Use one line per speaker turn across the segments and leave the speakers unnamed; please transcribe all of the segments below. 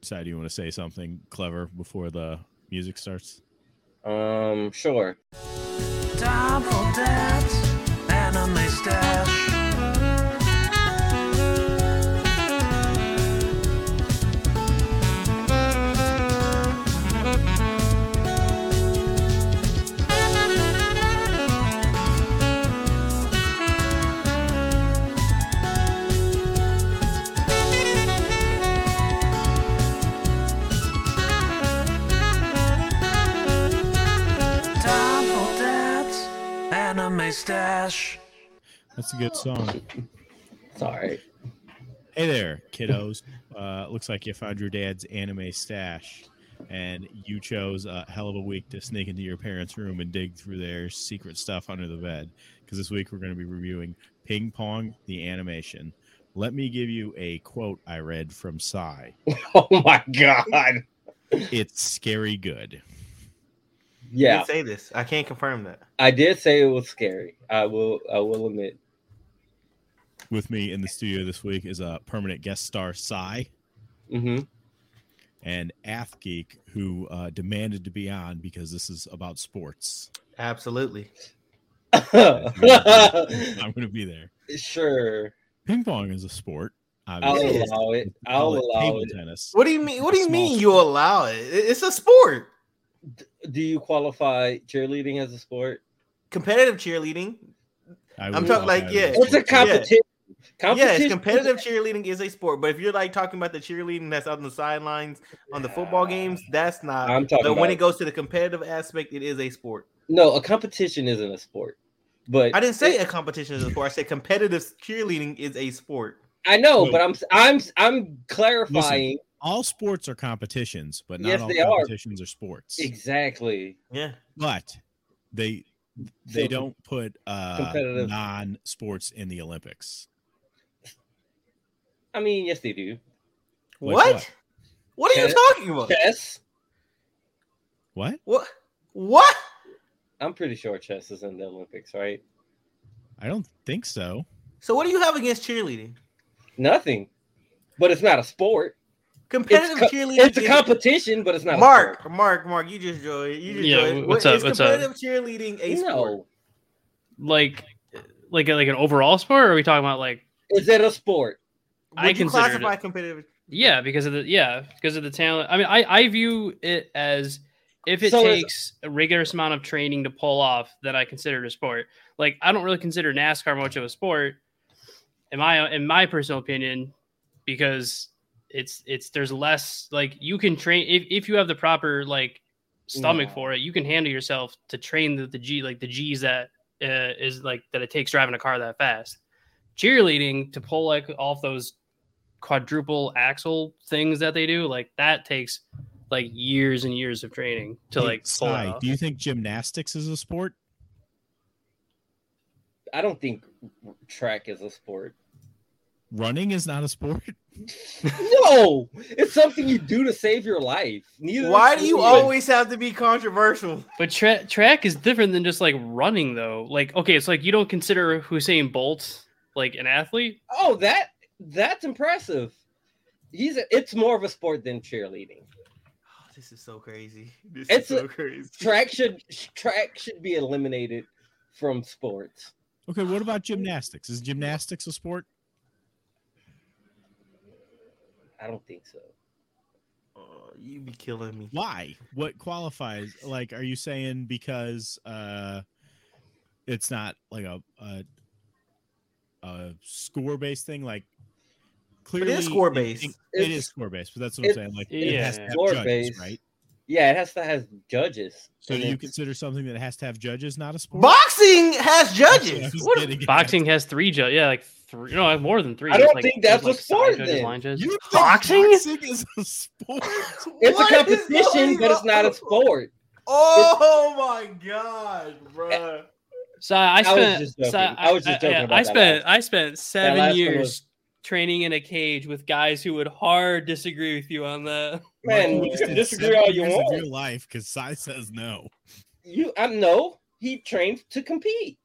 side you want to say something clever before the music starts?
Um, sure.
Time for dance, anime stash. Time for dance, anime stash.
That's a good song.
It's all right.
Hey there, kiddos. Uh, looks like you found your dad's anime stash, and you chose a hell of a week to sneak into your parents' room and dig through their secret stuff under the bed. Because this week we're going to be reviewing Ping Pong the animation. Let me give you a quote I read from Psy.
Oh my god.
It's scary good.
Yeah.
Yeah,
say this. I can't confirm that.
I did say it was scary. I will. I will admit.
With me in the studio this week is a permanent guest star, Psy.
Mm-hmm.
and Athgeek, who uh, demanded to be on because this is about sports.
Absolutely.
I'm going to be there.
sure,
Ping pong is a sport.
I'll
Obviously.
Yes.
allow it.
We
I'll
call it
allow
table
it.
tennis.
What do you mean? What do you
Small
mean
sport.
you allow it? It- It's a sport.
Do you qualify cheerleading as a sport?
Competitive cheerleading.
I
I'm
would
talking like,
call it
yeah.
a
It's a
sport.
competi-
competition.
Yeah,
Competition
it's competitive cheerleading is a sport. But if you're like talking about the cheerleading that's out on the sidelines on the football games, that's not.
I'm talking.
but when
about-
it goes to the competitive aspect, it is a sport.
no, a competition isn't a sport. But
I didn't say a competition is a sport. I said competitive cheerleading is a sport.
I know,
Wait.
but I'm I'm I'm clarifying
All sports are competitions, but not
Yes,
all
they are.
competitions are, sports.
exactly.
Yeah.
But they they
So-
don't put uh,
Competitive.
non sports in the Olympics.
I mean, yes, they do.
Like
what?
what?
what? are you
Chess?
talking about?
Chess.
What?
What? What?
I'm pretty sure chess is in the Olympics, right?
I don't think so.
So what do you have against cheerleading?
Nothing. But it's not a sport.
Competitive
co-
cheerleading.
It's a
is-
competition, but it's not a
Mark,
sport.
Mark, Mark, you just joined. You just
Yeah,
joined.
what's
What-
up,
Is
what's up?
competitive cheerleading a sport?
No.
like like like an overall sport or are we talking about like
Is it a sport?
I
Would you
consider it
classify
a-
competitive?
yeah because of the yeah because of the talent i mean i i view it as if it
So is-
takes a rigorous amount of training to pull off then i consider it a sport like i don't really consider nascar much of a sport in my in my personal opinion because it's it's there's less like you can train if, if you have the proper like stomach
No.
for it you can handle yourself to train the, the g like the g's that uh, is like that it takes driving a car that fast cheerleading to pull like off those quadruple axle things that they do like that takes like years and years of training to
Hey,
like pull
Sai,
that off.
do you think gymnastics is a sport?
I don't think track is a sport.
Running is not a sport.
no, it's something you do to save your life. Neither
Why do you
is-
always have to be controversial?
But tra- track is different than just like running, though. Like, okay, it's like you don't consider Hussein Bolt like an athlete.
Oh, that that's impressive. He's a, it's more of a sport than cheerleading.
Oh, this is so crazy. This
It's
is
a-
so crazy.
Track should track should be eliminated from sports.
Okay, what about gymnastics? Is gymnastics a sport?
I don't think so.
Oh, you be killing me.
Why? What qualifies? Like, are you saying because uh it's not like a a, a score based thing? Like,
But
clearly,
it is score based.
it- it
It's-
is score based, but that's what I'm
it's-
saying. Like,
it
has to
is
have
score-based.
right?
Yeah, it has to have judges.
So,
and
do you
it's-
consider something that has to have judges not a sport?
Boxing has
That's what I
judges.
was
What a-
getting at.
Boxing has three judges. Yeah, like three. No, I have more than three.
I don't
There's, like-
think that's
there's,
a
like, side
sport,
judges,
then.
line judges.
You think
Boxing?
boxing is a sport.
It's
What
a
is
competition,
going
but it's not
on?
a sport.
Oh my god, bro.
So I
was
spent.
just joking.
so
I was just joking
yeah,
about
I
that
spent.
last-
I spent
last
seven
one
years
was-
training in a cage with guys who would hard disagree with you on that.
Mark
Man, you can
wasted
disagree
seven
all you
years of
want.
Your life, because Sai says no.
You, I know he trained to compete.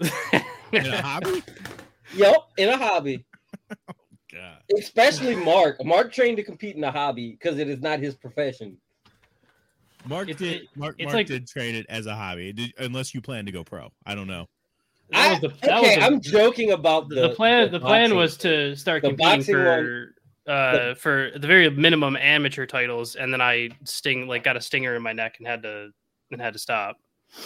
In a hobby?
Yep, in a hobby.
God.
Especially Mark. Mark trained to compete in a hobby because it is not his profession.
Mark
It's-
did.
it-
Mark,
it's
Mark
like-
did train it as a hobby, Did- unless you plan to go pro. I don't know.
That
I-
was the that
Okay,
was the-
I'm joking about
the,
the
plan. The, plan
boxing.
was to start
The
competing
boxing
for uh, for the very minimum amateur titles, and then I sting like got a stinger in my neck and had to and had to stop.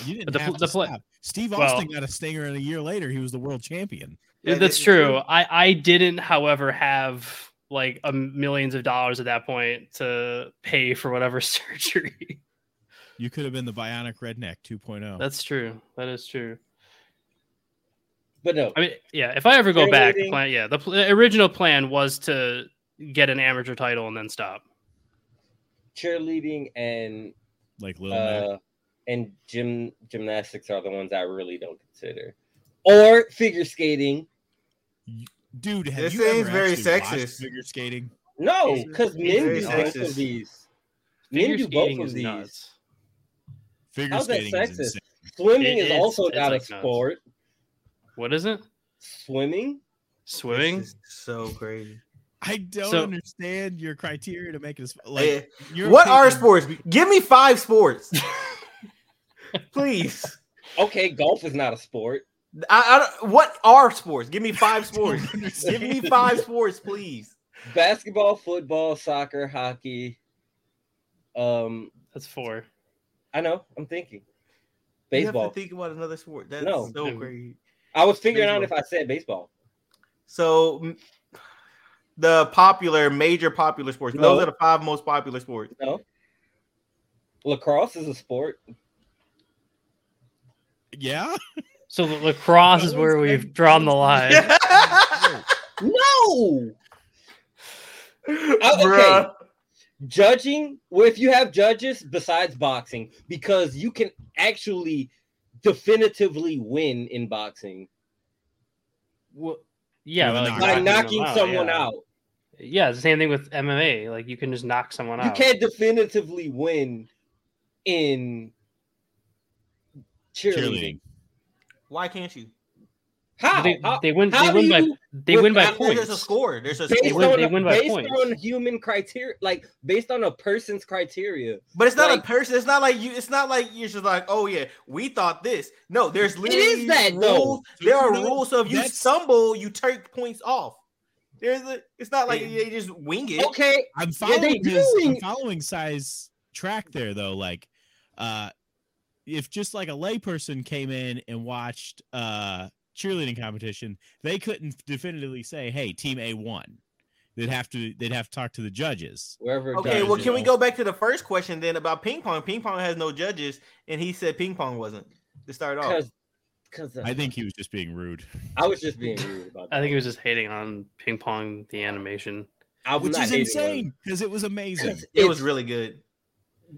You didn't
But the
have
pl-
to
the pla-
stop. Steve
well-
Austin got a stinger, and a year later, he was the world champion.
Yeah,
That's
this is
true.
true.
I I didn't, however, have like a millions of dollars at that point to pay for whatever surgery.
You could have been the bionic redneck oh, 2.0.
That's true. That is true.
but no.
I mean, yeah. If I ever go back, the
Cheerleading.
plan, yeah, the, pl- the original plan was to get an amateur title and then stop.
Cheerleading and
like
Oh,
Lil Mac.
uh, and gym gymnastics are the ones I really don't consider. Or figure skating.
Dude, have
This
you ever
seems very
actually watched
sexist.
Figure skating.
No,
It's-
because men do
very
both
sexist.
of these.
Figure
Men do both
skating
of
is
these.
nuts.
Figure
How's that
skating is
sexist?
insane.
Swimming
It-
is
it's-
also
it's
not
like
a
nuts.
sport.
What is it?
Swimming?
Swimming.
This is so crazy.
I don't
So-
understand your criteria to make it a sp- like.
Eh,
your
what are
opinion-
sports? Give me five sports, please.
Okay, golf is not a sport.
I, I don't, what are sports? Give me five sports.
don't understand.
Give me five sports, please.
Basketball, football, soccer, hockey. Um,
That's four.
I know. I'm thinking
You
baseball.
have to think about another sport. That's
No.
so crazy.
I was figuring out if
baseball.
I said baseball.
So m- the popular, major popular sports.
No.
Those are the five most popular sports.
No. Lacrosse is a sport.
Yeah.
So la- lacrosse is where we've drawn the line.
No.
Bruh.
judging well if you have judges besides boxing because you can actually definitively win in boxing
Wha- yeah,
With a
but,
knock.
like,
by
Knocking
knocking someone
yeah.
out
Yeah, it's the same thing with MMA. Like you can just knock someone
you
out.
can't definitively win in cheerleading,
Cheerleading.
Why can't you?
how,
They,
how
they win. They
how
win
do
by.
you-
They win by
After
points.
There's a score. There's a
based,
score.
win-
on,
they
a-
win by
based
points.
on human criteria like based on a person's criteria
But it's not
like-
a person. It's not like you. It's not like you're just like, oh yeah, we thought this. No, there's literally
that,
rules.
though.
There are
No,
rules. So if you
that's-
stumble, you take points off. There's. A, it's not like they just wing it.
okay
I'm
Yeah, they
following his, I'm
doing-
following size track there though. Like, uh, if just like a layperson came in and watched uh cheerleading competition, they couldn't definitively say, "Hey, team A won." They'd have to. They'd have to talk to the judges.
wherever it
Okay,
goes,
well,
you
can we
know.
go back to the first question then about ping pong? Ping pong has no judges, and he said ping pong wasn't to start off.
Because, because
I think he was just being rude.
uh, I was just being rude about that.
I think he was just hating on ping pong the animation.
I'm
which
not
is
hating on
insane because it was amazing.
It was
It's-
really good.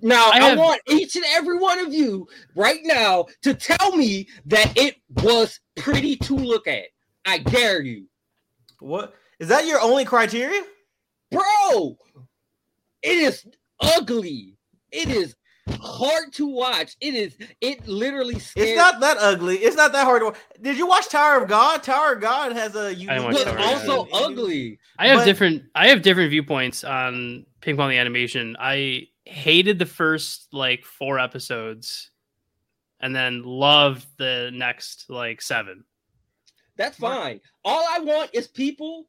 Now
I
I,
have-
want each and every one of you right now to tell me that it was pretty to look at. I dare you,
What is that? Your only criteria?
bro. It is ugly. It is hard to watch. It is. It literally scares.
It's not that ugly. It's not that hard to watch. Did you watch Tower of God? Tower of God has a unique.
watch
but
Tower of God.
also
It-
ugly.
I have
But-
different. I have different viewpoints on ping pong the animation. I hated the first like four episodes, and then loved the next like seven.
That's fine. All I want is people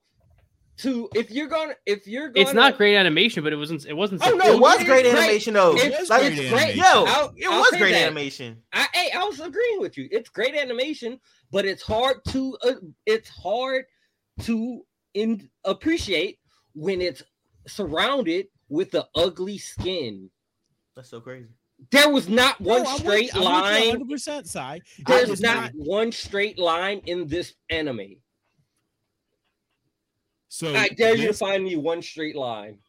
to. If you're gonna, if you're gonna,
It's not great animation, but it wasn't. It wasn't.
Oh, no,
It
supposed-
was
It is
great
great.
animation though.
It was
Like,
great great.
Yo,
I'll-
it
I'll
was
say
great
that.
animation.
I hey, I was agreeing with you. It's great animation, but it's hard to uh, it's hard to in, appreciate when it's surrounded with the ugly skin.
That's so crazy.
There was not one
No, I'm with-
straight
I'm with you
line.
100% Sai. It
I
There's
was
not one straight line in this anime.
So
I dare you to
this-
find me one straight line.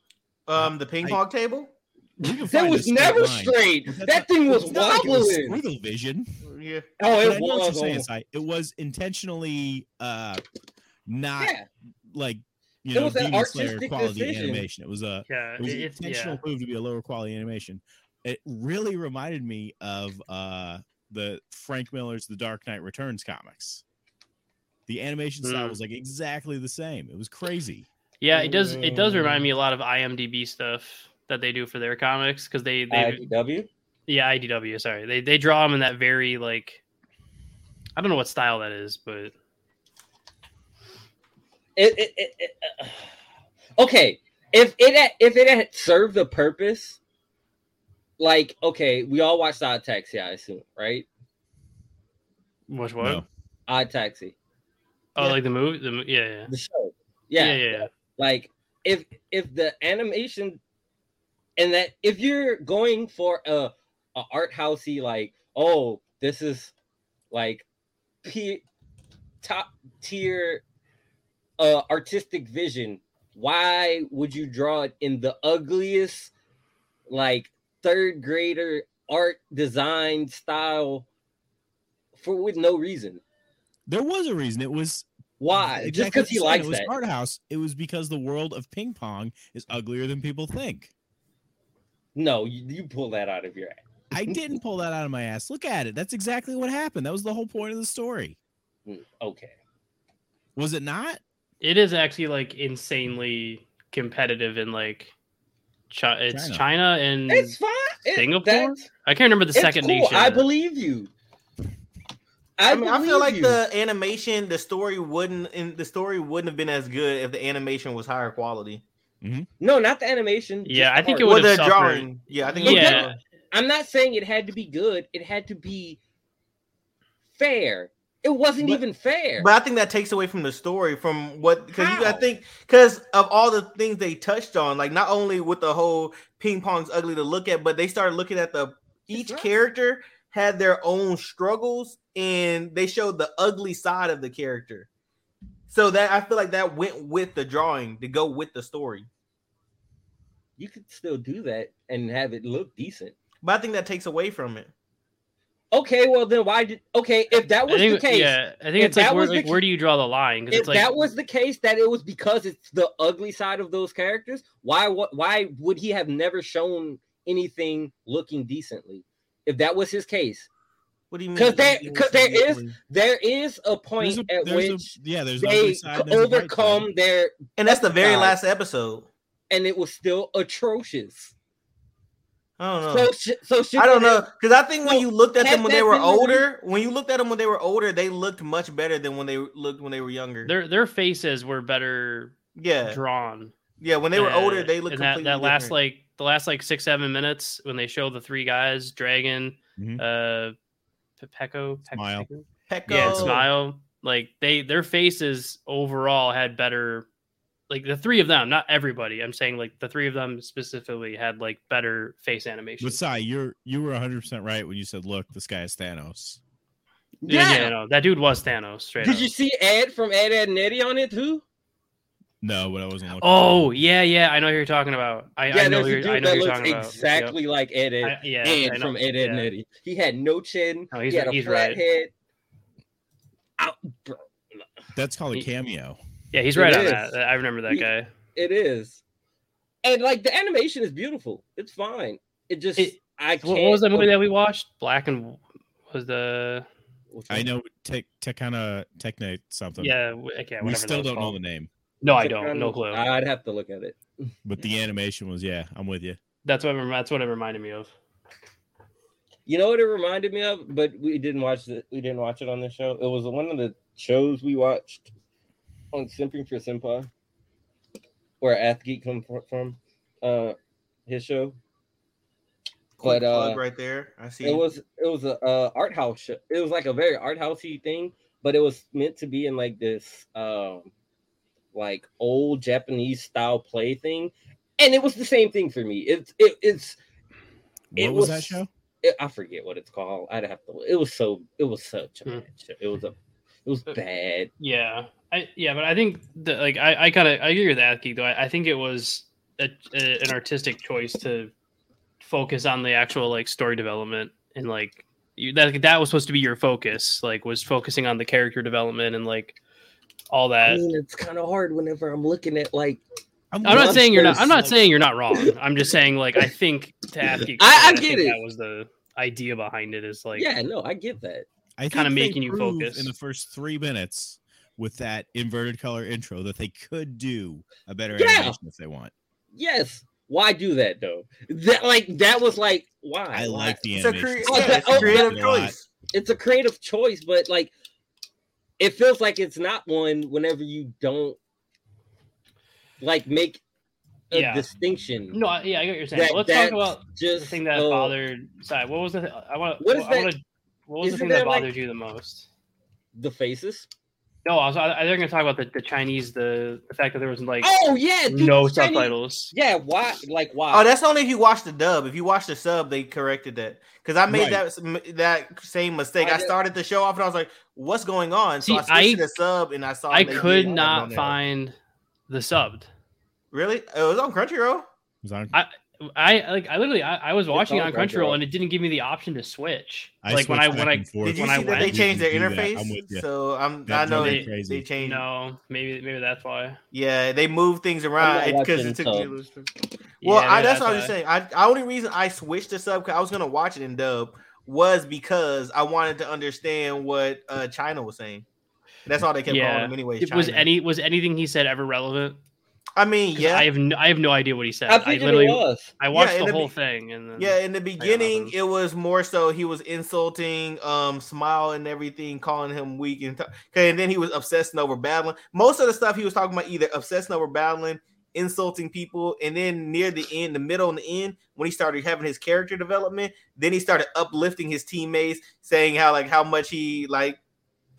Um, the ping
I-
pong table.
we can
There
find a
was
straight
never
line.
straight.
That's
That
not-
thing was
It's not like it was
wobbling.
squiggle vision.
Yeah.
Oh,
But I
it
know what you're
was.
saying,
on-
Si. It was intentionally uh not
Yeah,
like you
It
know
was an
Demon Slayer
artistic
quality
decision.
animation. It was a
Yeah,
it was an
it's
intentional
Uh, yeah.
move to be a lower quality animation. It really reminded me of uh the Frank Miller's The Dark Knight Returns comics. The animation style
Mm.
was like exactly the same. It was crazy.
Yeah, it does. It does remind
Mm.
me a lot of IMDb stuff that they do for their comics because they they
IDW.
yeah IDW. Sorry, they they draw them in that very like I don't know what style that is, but
It, it, it, it, uh, okay, if it had, if it had served the purpose, like okay, we all watched Odd Taxi, I assume, right?
which one?
No.
Odd Taxi,
Oh,
Yeah.
like the movie. The, mo- yeah, yeah.
the show.
yeah,
Yeah,
yeah, yeah.
like if if the animation and that if you're going for a, a art housey like oh this is like p top tier uh artistic vision why would you draw it in the ugliest like third grader art design style for with no reason
There was a reason. It was e-,
why just
exactly
because
what you
he
said.
likes
it was
that
art house. It was because the world of ping pong is uglier than people think.
no you, you pull that out of your ass
I didn't pull that out of my ass. Look at it. That's exactly what happened. That was the whole point of the story.
Mm, okay
Was it not?
It is actually like insanely competitive in like chi- it's
China.
China, and
It's fine. It,
Mm. Singapore?
that's-
I can't remember the
it's
second
cool.
nation.
I believe you. I,
I mean, I feel
believe
like
you.
the animation, the story wouldn't, and the story wouldn't have been as good if the animation was higher quality.
no, not the animation.
Yeah,
just
I think
art.
it
Or
would
the
have suffered.
drawing. Yeah, I think.
Yeah.
Yeah.
I'm not saying it had to be good. It had to be fair. It wasn't
But-
even fair.
But I think that takes away from the story, from what because you I
How?
think because of all the things they touched on, like not only with the whole ping pong's ugly to look at, but they started looking at the each
right.
character had their own struggles and they showed the ugly side of the character. So that I feel like that went with the drawing to go with the story.
you could still do that and have it look decent.
But I think that takes away from it.
Okay, well then why did? Okay, if that
I
was
think,
the case,
yeah, I think
if
it's like,
that
where,
was the
like
ca-
where do you draw the line? Because
if
it's like
that was the case, that it was because it's the ugly side of those characters. Why? wa- Why would he have never shown anything looking decently? If that was his case,
What do you mean?
'Cause there-
It was
'cause there
the
is-
ugly-
there is a point
There's a-
at
there's a-
which
yeah, there's an ugly
they
side and there's a bright side.
overcome their
and that's the very
side.
last episode.
and it was still atrocious
I don't know.
so sh- so should
I don't
they-
know because I think when
Well,
you looked at
had
them when they
that
were
been the-
older, when you looked at them when they were older, they looked much better than when they looked when they were younger.
their their faces were better
yeah,
drawn.
yeah. When they were
Uh,
older, they looked
and
completely
that, that last
different.
like the last like six seven minutes when they show the three guys dragon
Mhm.
uh Pe- pecco Pe-
Smile.
Pecco?
Pecco.
yeah and smile like they their faces overall had better like the three of them not everybody i'm saying like the three of them specifically had like better face animation
But Sai, you're you were 100 percent right when you said, "Look, this guy is Thanos."
yeah, yeah,
Yeah.
no, that dude was thanos straight
did
up.
you see ed from ed Ed, and eddie on it too
No, but I wasn't. Looking
oh yeah yeah i know who you're talking about i, I know
there's
who
a
you're, I
dude that
know who you're
looks
talking
exactly like ed ed
about I- yeah I
and
know-
from ed, ed and
yeah.
eddie he had no chin
No, he's-
he had a
he's
flat
right.
head Ow, bro,
that's called a
He-
cameo.
yeah he's
It
right on
is.
that i remember that
He-
guy
it is and like the animation is beautiful it's fine it just
It-
i can't
What, what was that movie that we watched? Black and was the
Which
I
one?
know tech Tekana Technate something.
yeah w- okay.
we
whatever that
still
was
don't know
called.
the name,
No, I don't. No clue.
i'd have to look at it
but the animation was yeah. I'm with you.
That's what it rem- that's what it reminded me of.
You know what it reminded me of, but we didn't watch it. We didn't watch it on the show. It was one of the shows we watched on Simping for Senpai, where Athgeek come fr- from, uh, his show.
Quick
but, uh,
plug right there. I see.
It was it was a uh, art house. Show. It was like a very art housey thing, but it was meant to be in like this um like old Japanese style play thing, and it was the same thing for me. It's it, it's
What
It
was,
was-
that show?
it, I forget what it's called. I'd have to. It was so. It was such a
Hmm.
bad show. It was a. It was bad.
Yeah, I yeah, but I think that like I, I kind of I agree with Athgeek though. I, I think it was a, a, an artistic choice to focus on the actual like story development and like you, that that was supposed to be your focus. Like was focusing on the character development and like all
I
that.
mean, it's kind of hard whenever I'm looking at like.
I'm not
Monsters,
saying you're not. I'm not
like-
saying you're not wrong. I'm just saying like I think to Athgeek's
I- I
point,
get
think
it.
That was the idea behind it. Is like
yeah, no, I get that.
I
kinda
think they
making you
proved
focus.
in the first three minutes with that inverted color intro that they could do a better
Yeah.
animation if they want.
Yes. Why do that though? That like that was like why?
I
Why?
like the
It's a,
animation.
cre-
Oh,
style.
yeah, it's
oh,
a creative
yeah.
choice.
it's a creative choice, but like it feels like it's not one whenever you don't like make a
Yeah.
distinction.
No, I- yeah, I get what you're saying.
That-
Let's
that's
talk about the
Just
thing that
uh,
bothered. Sorry, what was the? I want.
What
What,
is
I
that-
wanna, what was the
isn't
thing that
there, like-
bothered you the most?
the faces.
No, I was. I, I think I'm gonna talk about the, the Chinese. The the fact that there was like
Oh yeah, dude,
no
the Chinese-
subtitles.
Yeah, why? Like why?
Oh, that's only if you watch the dub. If you watch the sub, they corrected that because I made
Right.
that that same mistake.
I
I,
did-
started the show off and I was like, "What's going on?" So
See,
I switched to
I-
the sub and I saw.
I
Oh, they did
could
that on
not
there.
find the subbed.
Really, it was on Crunchyroll.
It was on-
I like. I literally. I, I was watching it
all
on
Crunchyroll.
Crunchyroll, and it didn't give me the option to switch.
I
like when I
switched
when
back
I
and forth.
Did you
when
see
I
that
went-
they changed their
You can do that.
interface?
I'm with you.
So I'm.
That
I know
drove
me
they,
crazy.
they changed.
no, maybe maybe that's why.
Yeah, they moved things
not
around because
watching
it took.
sub.
you- Well,
Yeah,
I,
maybe
that's what I was
why.
just saying. I the only reason I switched to sub because I was gonna watch it in dub was because I wanted to understand what uh, China was saying. That's all they kept
Yeah.
calling him anyway.
It- was
China.
any was anything he said ever relevant?
I mean,
'Cause
yeah,
I have no, I have no idea what he said.
I
I,
figured
literally
it was.
I watched
Yeah, in
the
the
whole
be-
thing and then
yeah. In the beginning,
those.
it was more so he was insulting, um, smile and everything, calling him weak and t- okay. And then he was obsessing over battling. Most of the stuff he was talking about either obsessing over battling, insulting people, and then near the end, the middle and the end, when he started having his character development, then he started uplifting his teammates, saying how like how much he like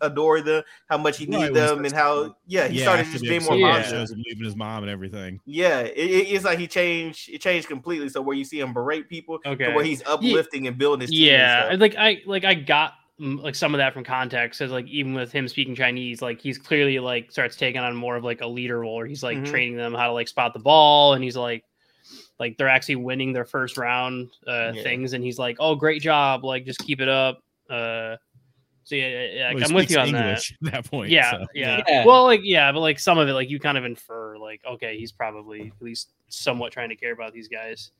adored them, how much he
Right,
needed
when he
them, and how yeah, he
yeah,
started
after
just
the
being more
episode
Yeah.
yeah.
shows him leaving his mom and everything.
Yeah, it, it- it's like he changed. It changed completely. So where you see him berate people,
Okay.
to where he's uplifting and building his team.
yeah,
and stuff.
like I like I got mm, like some of that from context because like even with him speaking Chinese, like he's clearly like starts taking on more of like a leader role. Where he's like
Mhm.
training them how to like spot the ball, and he's like like they're actually winning their first round uh,
Yeah.
things, and he's like, "Oh, great job! Like just keep it up." Uh, so yeah, yeah, yeah,
Well, he
I'm with
speaks
you on
English that. at that
that.
point.
Yeah,
so.
yeah,
Yeah.
Well, like yeah, but like some of it, like you kind of infer, like okay, he's probably at least somewhat trying to care about these guys.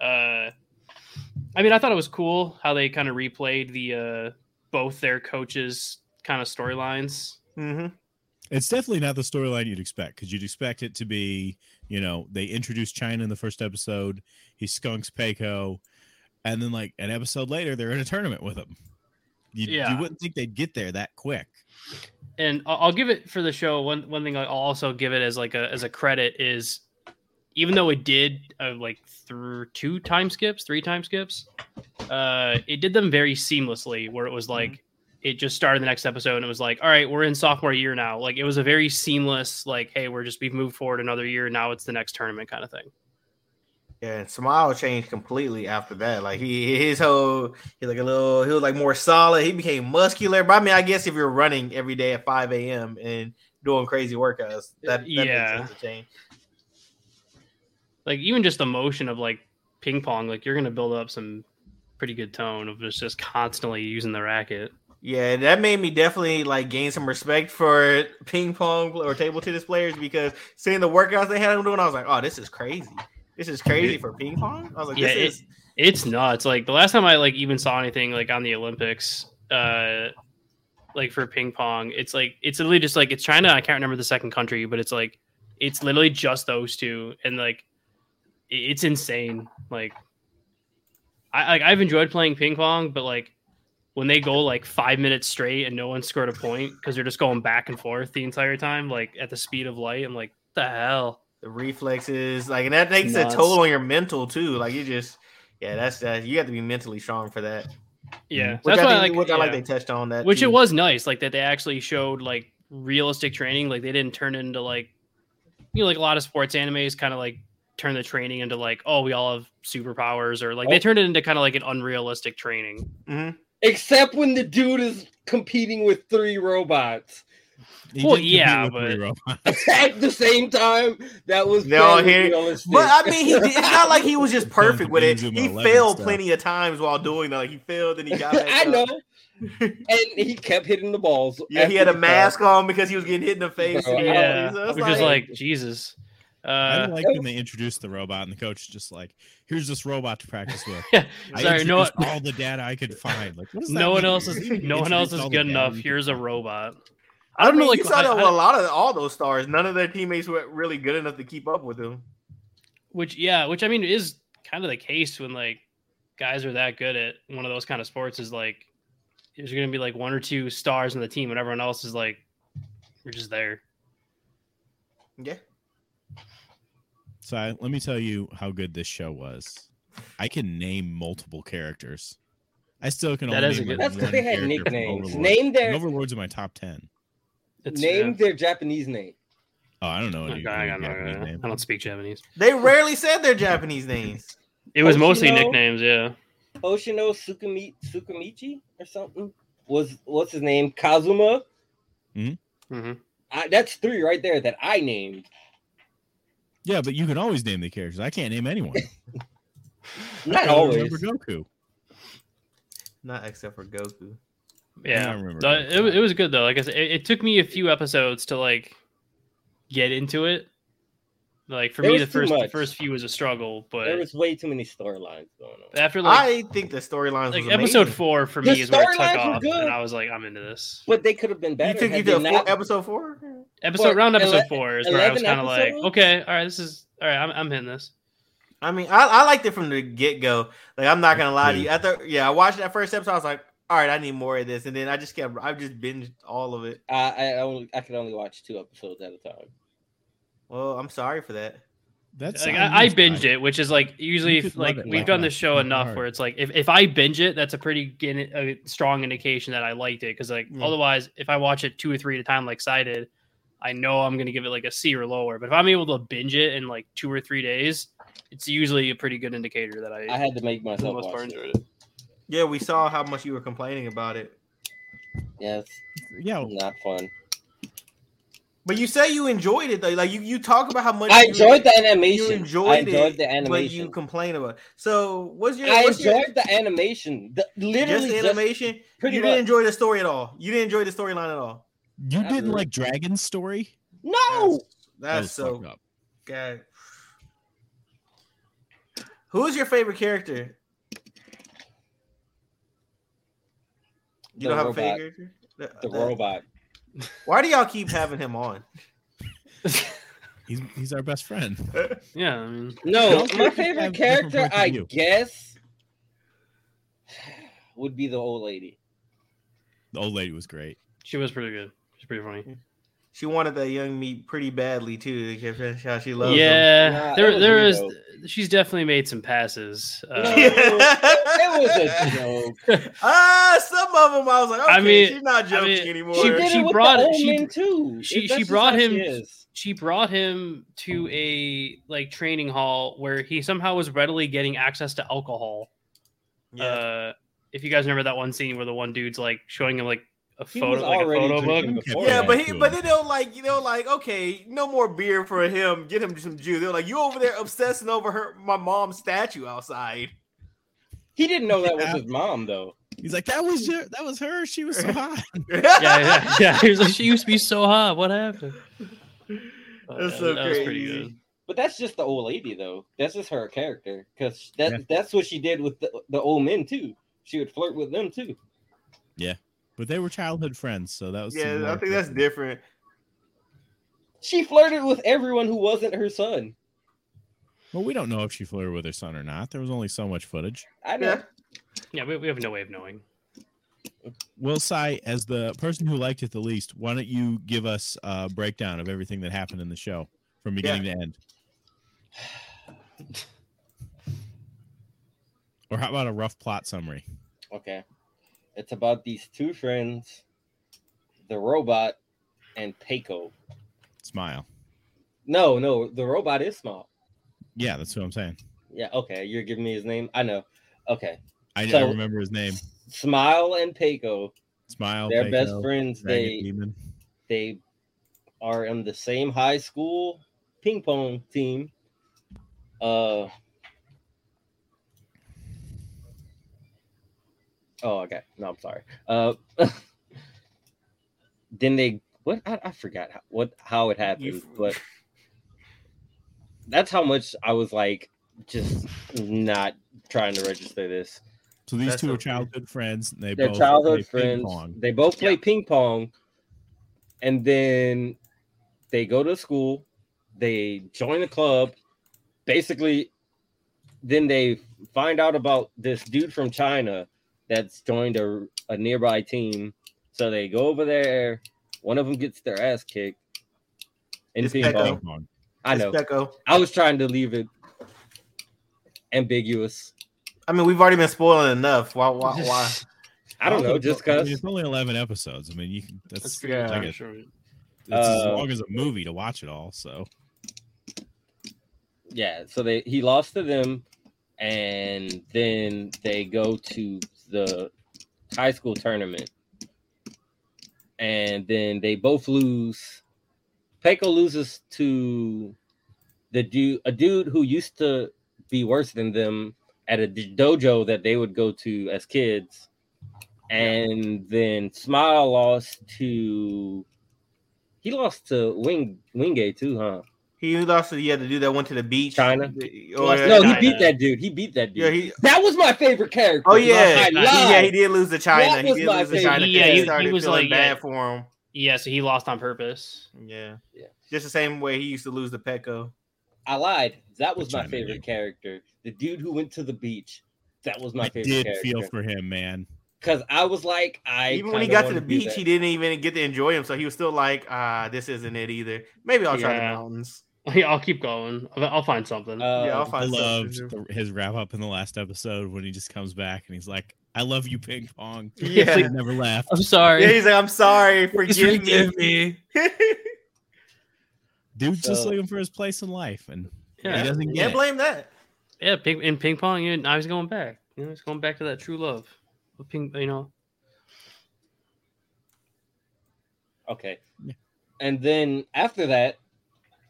Uh, I mean, I thought it was cool how they kind of replayed the uh, both their coaches kind of storylines.
Mhm.
It's definitely not the storyline you'd expect because you'd expect it to be, you know, they introduced China in the first episode, he skunks Peiko, and then like an episode later, they're in a tournament with him. You,
Yeah.
you wouldn't think they'd get there that quick.
and I- I'll give it for the show. One one thing I'll also give it as like a as a credit is, even though it did uh, like through two time skips, three time skips, uh, it did them very seamlessly. Where it was like it just started the next episode, and it was like, all right, we're in sophomore year now. Like it was a very seamless, like, hey, we're just we've moved forward another year. Now it's the next tournament kind of thing.
Yeah, and Smile changed completely after that. Like he, his whole, he's like a little, he was like more solid. He became muscular. But I mean, I guess if you're running every day at 5 a.m. and doing crazy workouts, that, that
Uh, Yeah.
makes sense to change.
Like even just the motion of like ping pong, like you're gonna build up some pretty good tone of just just constantly using the racket.
Yeah, that made me definitely like gain some respect for ping pong or table tennis players because seeing the workouts they had them doing, I was like, oh, this is crazy. This is crazy for ping pong. I was like,
Yeah,
this
it-
is
it's nuts. Like the last time I like even saw anything like on the Olympics, uh, like for ping pong, it's like it's literally just like it's China. I can't remember the second country, but it's like it's literally just those two, and like i- it's insane. Like I like I've enjoyed playing ping pong, but like when they go like five minutes straight and no one scored a point because they're just going back and forth the entire time, like at the speed of light. I'm like, the hell.
the reflexes, like, and that takes
Nuts.
a toll on your mental too. Like, you just, yeah, that's that. You have to be mentally strong for that.
Yeah, So
Which I
why,
think, which I
yeah.
like. They touched on that,
which
too.
it was nice like that they actually showed like realistic training like they didn't turn into like you know like a lot of sports animes kind of like turn the training into like oh we all have superpowers or like they
Oh.
turned it into kind of like an unrealistic training
Mhm.
Except when the dude is competing with three robots
He
Well,
did compete
yeah,
with three
but-
robots.
at the same time. That was
They're all
fairly
here.
realistic.
But I mean, he did, it's not like he was just perfect with it.
Zoom
He
11
failed
stuff.
plenty of times while doing that. Like, he failed and he got. back
uh,
I
up.
know. and he kept hitting the balls.
Yeah,
after
he had a
the
mask on because he was getting hit in the face.
Bro,
and
I-
yeah
everything. So it's
which is
like-
like jesus
I
uh
like when they introduced the robot and the coach is just like, here's this robot to practice with. I
sorry no
introduced all the data I could find. Like, what does that
no one
mean?
else is no one
Introduced
else is
all the
good
data
enough
you could
here's a
find.
robot I don't know. Like
you saw
I-
that
I-
with a lot of all those stars. None of their teammates were really good enough to keep up with them.
which yeah which i mean is kind of the case when like guys are that good at one of those kind of sports is like there's gonna be like one or two stars on the team and everyone else is like we're just there
Yeah.
So I, let me tell you how good this show was. I can name multiple characters. I still can
That
only
is a
name
good-
like
That's because
one
they had
character from
nicknames.
Overlord.
Name
And
their
Overlord's in my top ten.
name
named.
their Japanese name.
Oh, I don't know any, any
I,
Japanese name.
don't speak japanese
They rarely said their Japanese names.
it was
Hoshino?
mostly nicknames yeah
Oshino Tsukumi, Tsukamichi or something was what's his name? Kazuma.
hmm
I, that's three right there that I named.
Yeah, but you can always name the characters. I can't name anyone.
Not
I remember
always.
Goku.
Not except for Goku.
yeah
I remember
So
that.
it, was- it was good though like i said it, it took me a few episodes to like get into it like for
There
me
was
the
too
first the
much.
first few was a struggle
There
but
was way too many storylines going on.
after like
I think the storylines
like
was
episode
amazing.
four for
The
me is where it took
storylines were
off,
good.
and I was like, I'm into this.
But they could have been better.
You took
had
you
they
to
not-
four, episode four.
Episode
For
round episode
ele-
four is where I was
11
kind of like,
episodes?
okay, all right, this is all right. I'm, I'm hitting this.
I mean, I, I liked it from the get go. Like I'm not gonna lie to
Yeah.
you. After yeah, I watched that first episode. I was like, all right, I need more of this, and then I just kept. I've just binged all of it.
I, I only I could only watch two episodes at a time.
Well, I'm sorry for that.
That's
Like,
how
I, I
used to-
binged it, which is like usually
could
if, like
love it
we've
like
done
that.
this show
It's not
enough
hard.
where it's like if, if I binge it, that's a pretty good, a strong indication that I liked it because like
Mm.
Yeah.
otherwise, if I watch it two or three at a time like I did, I know I'm gonna give it like a C or lower. But if I'm able to binge it in like two or three days, it's usually a pretty good indicator that I,
I had to make
for the
myself
most part
watch it.
enjoyed it.
Yeah, we saw how much you were complaining about it.
Yeah, it's
Yeah,
not fun.
But you say you enjoyed it though. Like you, you talk about how much
I
you-
enjoyed the animation.
You enjoyed,
I enjoyed the
it, but you
animation.
complain about. It. So what's your?
I
what's your-
enjoyed the animation. The,
just
literally,
the
just
animation.
pretty
you
much.
didn't enjoy the story at all. You didn't enjoy the storyline at all.
you didn't
Absolutely.
like Dragon's story.
no,
That
That's
was
so
fucked up.
God. Who is your favorite character?
The
You don't have a
robot.
favorite character?
the
that-
robot.
Why do y'all keep having him on?
He's he's our best friend.
Yeah, I mean,
No,
Don't
my
you
favorite
have different
character,
points of
I
view?
guess, would be the old lady.
The old lady was great.
she was pretty good. She's pretty funny.
She wanted that young meat pretty badly too. because How she loves him.
yeah,
Nah, that
Uh, there,
was
there
weird,
is. She's definitely made some passes. Uh,
It was a joke.
Ah, some of them I was like, okay,
I mean-
she's not
I
joking
mean,
anymore.
She
She-
did
she
it with
brought
the
it-
old
she-
men too.
she-
That's
she
just
brought
how she
him-
is.
she brought him to a like training hall where he somehow was readily getting access to alcohol.
yeah.
Uh, if you guys remember that one scene where the one dude's like showing him like a
He was
photo, like a
already
photo
drinking
book.
before
yeah,
that,
but he,
too.
but then they'll like, you know, like, okay, no more beer for him. Get him some juice. They're like, you over there obsessing over her, my mom's statue outside.
He didn't know that was
Yeah.
his mom though.
He's like that was your, that was her. She was so hot.
yeah, yeah, yeah. He was like, she used to be so hot. What happened? But,
That's
yeah,
so
that was pretty
crazy.
good.
But that's just the old lady though. That's just her character because that
Yeah.
that's what she did with the, the old men too. She would flirt with them too.
But they were childhood friends, so that was
yeah,
even
I
more
think that's
different.
different.
She flirted with everyone who wasn't her son.
Well, we don't know if she flirted with her son or not. There was only so much footage.
I know.
Yeah.
Yeah, we, we have no way of knowing.
Will Sai, as the person who liked it the least, why don't you give us a breakdown of everything that happened in the show from beginning to end? Or how about a rough plot summary?
Okay. It's about these two friends, the robot and Peiko.
Smile.
No, no, the robot is small.
Yeah, that's what I'm saying.
Yeah, okay. You're giving me his name. I know. Okay.
I, I
So-
remember his name.
Smile and Peiko,
Smile.
they're
Peiko,
best friends.
Dragon
They
Demon.
they are in the same high school ping pong team. Uh oh, okay. No, I'm sorry. Uh, then they what I, I forgot how, what how it happened,
f-
but that's how much I was like just not trying to register this.
So these
That's
two
so
are childhood friends. And they
They're
both
childhood
play ping
friends.
pong.
They both play
Yeah.
ping pong, and then they go to school, they join the club, basically. Then they find out about this dude from China that's joined a, a nearby team. So they go over there. One of them gets their ass kicked. In
It's
ping
Pecco.
pong, I know.
Pecco.
I was trying to leave it ambiguous.
I mean, we've already been spoiling enough. Why? Why? why?
I don't know, Oh, just
I mean,
because
it's only eleven episodes. I mean, you can. That's
That's yeah.
like a-
Sure.
it's as
Uh,
long as a movie to watch it all. So
yeah so they he lost to them and then they go to the high school tournament and then they both lose Peko loses to the dude a dude who used to be worse than them at a d- dojo that they would go to as kids and then smile lost to he lost to wing wingate too huh
He lost to yeah, the dude that went to the beach.
China?
Oh, yeah,
no, he
China.
beat that dude. He beat that dude.
yeah, he.
that was my favorite character.
Oh yeah,
I
he-
lied.
yeah.
lied.
He did lose to China.
That
He
was
did
my
lose to
favorite.
China.
Yeah,
Yeah,
he-
he
he
started
was
feeling
like,
bad
yeah.
for him.
Yeah, so he lost on purpose.
Yeah.
Yeah.
Just the same way he used to lose to Pecco.
I lied. That was
Good
my
timing,
favorite
dude.
character. The dude who went to the beach. That was my
I
favorite
did
character.
feel for him, man.
Because I was like, I
Even when he
kinda
got to
wanna
the
do
beach,
that.
he didn't even get to enjoy him. So he was still like, ah, this isn't it either. Maybe I'll try the
Yeah.
mountains.
Yeah, I'll keep going. I'll, I'll find something.
Um,
yeah, I'll
I
find
loved
something.
the, his wrap up in the last episode when he just comes back and he's like, "I love you, ping pong."
Yeah.
He never left.
I'm sorry.
Yeah, he's like, I'm sorry,
Please
forgive me.
forgive me.
Dude's just
So-
looking for his place in life, and he
yeah,
doesn't get
Yeah,
it.
blame that.
yeah. Ping, in ping pong, you know, I was going back. You know, it's going back to that true love. But Ping, you know,
Okay.
Yeah.
And then after that,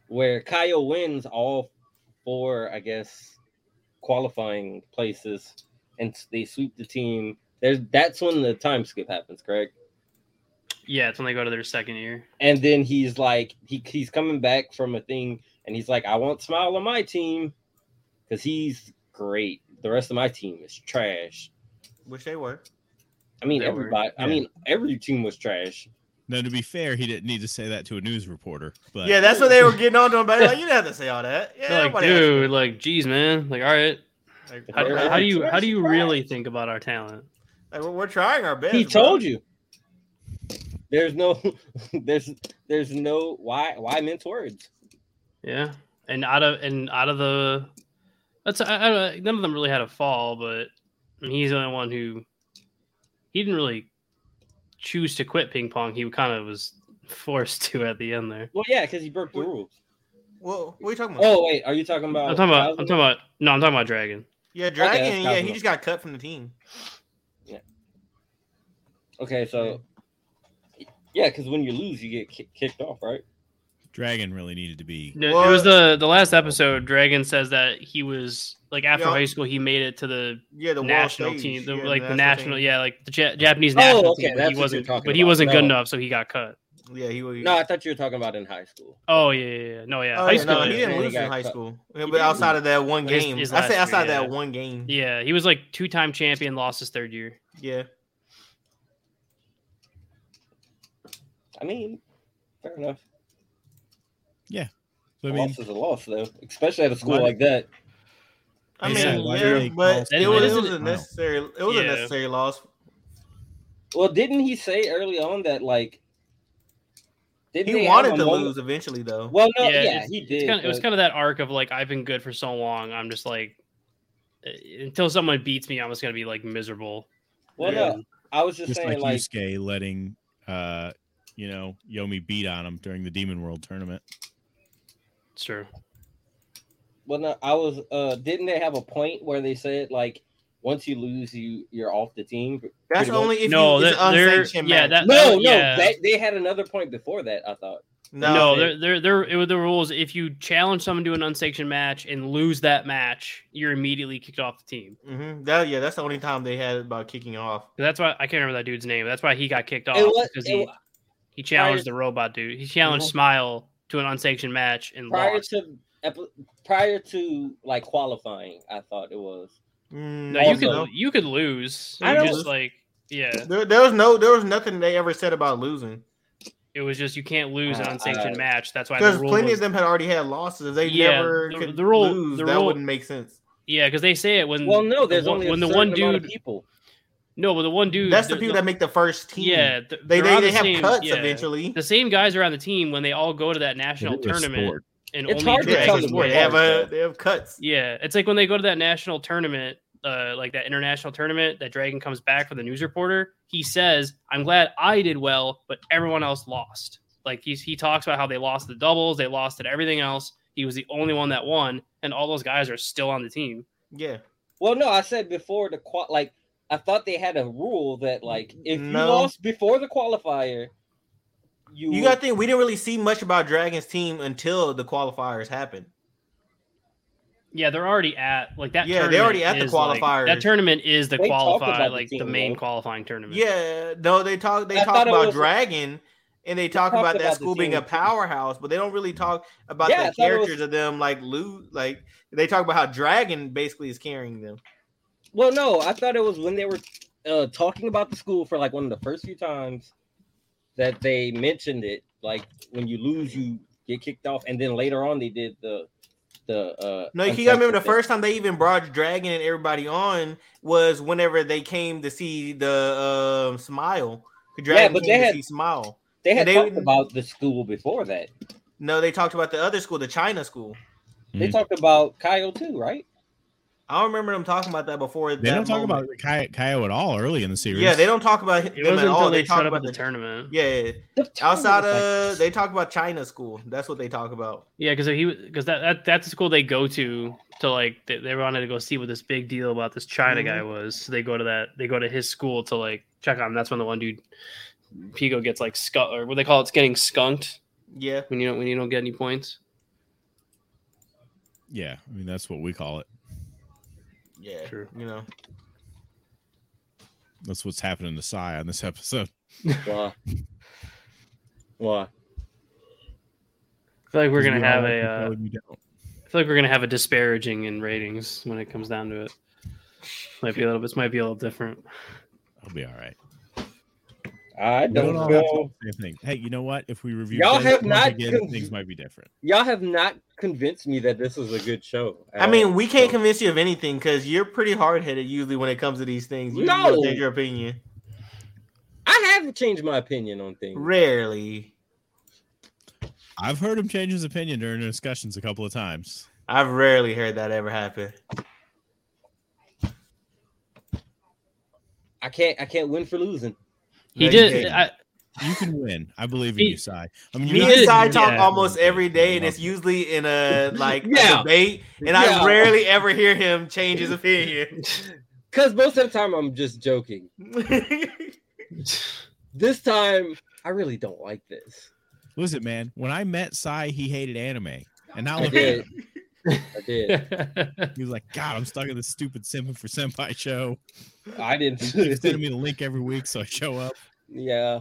where Kaio wins all four, I guess, qualifying places, and they sweep the team. There's that's when the time skip happens, correct?
yeah, it's when they go to their second year.
and then he's like he, he's coming back from a thing and he's like i want smile on my team because he's great the rest of my team is trash
Wish they were.
i mean
They were,
everybody i
yeah.
mean every team was trash
Now, to be fair, he didn't need to say that to a news reporter, but
Yeah, that's what they were getting on to him about. Like, you didn't have to say all that. Yeah,
They're like,
everybody has-
dude, like, geez, man, like, all right,
like,
how,
we're-
how, do you how do you really think about our talent?
like, we're, we're trying our best.
he told you there's no there's there's no why why mince words
Yeah, and out of and out of the, that's I, I don't, none of them really had a fall, but he's the only one who he didn't really choose to quit ping pong. He kind of was forced to at the end there.
well yeah because he broke the rules
Well, what are you talking about?
oh wait are you talking about
I'm talking about I'm
Bowser?
talking about no, I'm talking about Dragon.
yeah, Dragon.
that's
yeah, he
possible.
just got cut from the team.
okay so yeah because when you lose you get ki- kicked off right
Dragon really needed to be.
No,
Well-
it was the the last episode. Dragon says that he was like after
Yeah.
high school, he made it to the
Yeah, the world
national
stage.
team, the,
Yeah,
like the national,
team.
yeah, like the ja- Japanese
Oh,
national
okay,
team.
that's
But he
what you're
wasn't,
talking
but he
about.
wasn't good
No.
enough, so he got cut.
Yeah, he was.
no i thought you were talking about in high school
Oh yeah, yeah, yeah. no, yeah,
Oh,
high
yeah,
school.
no, he
yeah.
didn't
Yeah, he
lose in
got
high
cut.
school. Yeah,
didn't
but
lose.
outside of that one
But his-
game,
his
I say
last year,
outside
yeah.
that one game. Yeah.
Yeah, he was like two time champion, lost his third year.
i mean fair enough
So, I
A
mean,
loss is a loss, though, espally at a school
Why-
like that.
I
They
mean,
said,
why do
yeah,
they
but
call
it was, it
Smiles?
was a necessary. It was
Yeah.
a necessary loss.
Well, didn't he say early on that like didn't
He
they have
wanted
a
to
moment-
lose eventually, though.
Well, no,
Yeah,
yeah,
it's-
he
It's
did.
kind of, it was
but-
kind of that arc of like I've been good for so long. I'm just like uh, until someone beats me, I'm just gonna be like miserable.
well,
Yeah.
no, I was just,
just like
saying, like,
Yusuke letting, uh, you know, Yomi beat on him during the Demon World tournament.
It's true.
well, no, I was. uh Didn't they have a point where they said like once you lose, you you're off the team?
That's
pretty much-
only if
no,
you, it's
that- they're-
unsanctioned
yeah,
match.
that-
no, no,
Uh, oh, yeah.
that, they had another point before that. I thought.
No,
it-
they're, they're, they're, it was the rules. If you challenge someone to an unsanctioned match and lose that match, you're immediately kicked off the team.
mhm, that yeah, that's the only time they had about kicking off.
That's why I can't remember that dude's name. That's why he got kicked off
It was,
because
it
Oh, he,
was-
he challenged the robot dude. He challenged
Mhm.
Smile to an unsanctioned match and
prior
lost.
to epi- prior to like qualifying. I thought it was.
Mm,
No, you could
also,
you could lose.
I
You
don't-
just like yeah.
There, there was no, there was nothing they ever said about losing.
It was just you can't lose an
Uh,
unsanctioned match. That's why the
Because
rule
plenty
was-
of them had already had losses. If they
Yeah,
never
the-
could
the rule-
lose,
the
that
rule-
wouldn't make sense.
yeah, because they say it when
Well, no,
the
there's
one-
only a
when the
certain
one
amount of
dude
people.
no, but the one dude
That's the
the-
people
the-
that make the first team.
yeah th-
they
they're
they,
on
they
the
have
same-
cuts
yeah.
eventually.
The same guys are on the team when they all go to that national
It is a
tournament
sport.
and
It's
only
hard to
drag
tell
is
them
one.
they have
apart,
a, they have cuts.
Yeah, it's like when they go to that national tournament, uh, like that international tournament. That Dragon comes back for the news reporter. He says, "I'm glad I did well, but everyone else lost." Like he's he talks about how they lost the doubles, they lost at everything else. He was the only one that won, and all those guys are still on the team.
Yeah,
Well, no, I said before the qual like I thought they had a rule that like if you
No.
lost before the qualifier, you,
you
would-
got to think we didn't really see much about Dragon's team until the qualifiers happened.
Yeah, they're already at like that.
Yeah, they're already
tournament
at the
is, like-
qualifiers.
that tournament is the
They talk about
qualify,
the
like the
team,
main
though.
qualifying tournament.
Yeah, no, they talk they
I
talk
thought it
about
was-
Dragon and they talk
talked
about that
about the
school being
team.
a powerhouse, but they don't really talk about
Yeah, I
the
thought it was-
characters of them like Lou like they talk about how Dragon basically is carrying them.
Well, no, I thought it was when they were uh, talking about the school for like one of the first few times that they mentioned it. Like when you lose, you get kicked off, and then later on they did the the. Uh,
No, you gotta remember the
unsanctioned
first time they even brought Dragon and everybody on was whenever they came to see the um Smile. Dragon
but
came
they
to
had-
see Smile.
thing. They had
they-
talked about the school before that.
No, they talked about the other school, the China school.
They
Mhm.
talked about Kyle too, right?
I don't remember them talking about that before.
They
that
don't talk
moment.
about Kai- Kaio at all early in the series.
Yeah, they don't talk about
it
them
wasn't
at
until
all.
they,
They talk
shut up
about
at the
the
tournament.
yeah.
The tournament
Outside
was,
of,
like,
they talk about China school. That's what they talk about.
Yeah, because he because that, that that's the school they go to to like they, they wanted to go see what this big deal about this China
Mhm.
guy was. So they go to that they go to his school to like check on. him. That's when the one dude Pigo gets like skunk or what they call it's getting skunked
Yeah,
when you don't when you don't get any points.
Yeah, I mean that's what we call it.
yeah.
True.
You know,
That's what's happening to Sai on this episode.
Why? Why?
I feel like we're
'Cause
gonna
we
have
all
a
know
uh,
you don't.
I feel like we're gonna have a disparaging in ratings when it comes down to it. Might be a little bit might be a little different.
I'll be all right.
I
We
don't
all have to
know.
the same thing. Hey, you know what? If we review
Y'all
Blade
have
Runner
not
again,
con-
things might be different.
Y'all have not convinced me that this is a good show. at
I mean,
all.
we can't convince you of anything because you're pretty hard headed usually when it comes to these things. You
No.
you'll change your opinion
I have changed my opinion on things.
rarely.
I've heard him change his opinion during the discussions a couple of times.
I've rarely heard that ever happen.
I can't. I can't win for losing.
He
No, you
did.
didn't.
I,
You can win. I believe in
He-
you, Sai. I mean,
he
you're
Me
not-
and Sai
did,
talk
yeah.
almost every day, and
I
it's
love
usually in a like a
Yeah.
debate. And
Yeah.
I rarely ever hear him change his opinion.
Cause most of the time I'm just joking. This time I really don't like this.
it. Listen, man, when I met Sai, he hated anime. And now
I
look at
did.
him.
I did.
he was like, God, I'm stuck in this stupid Simpin for Senpai show.
I
He's sending
didn't.
me the link every week, so I show up.
yeah.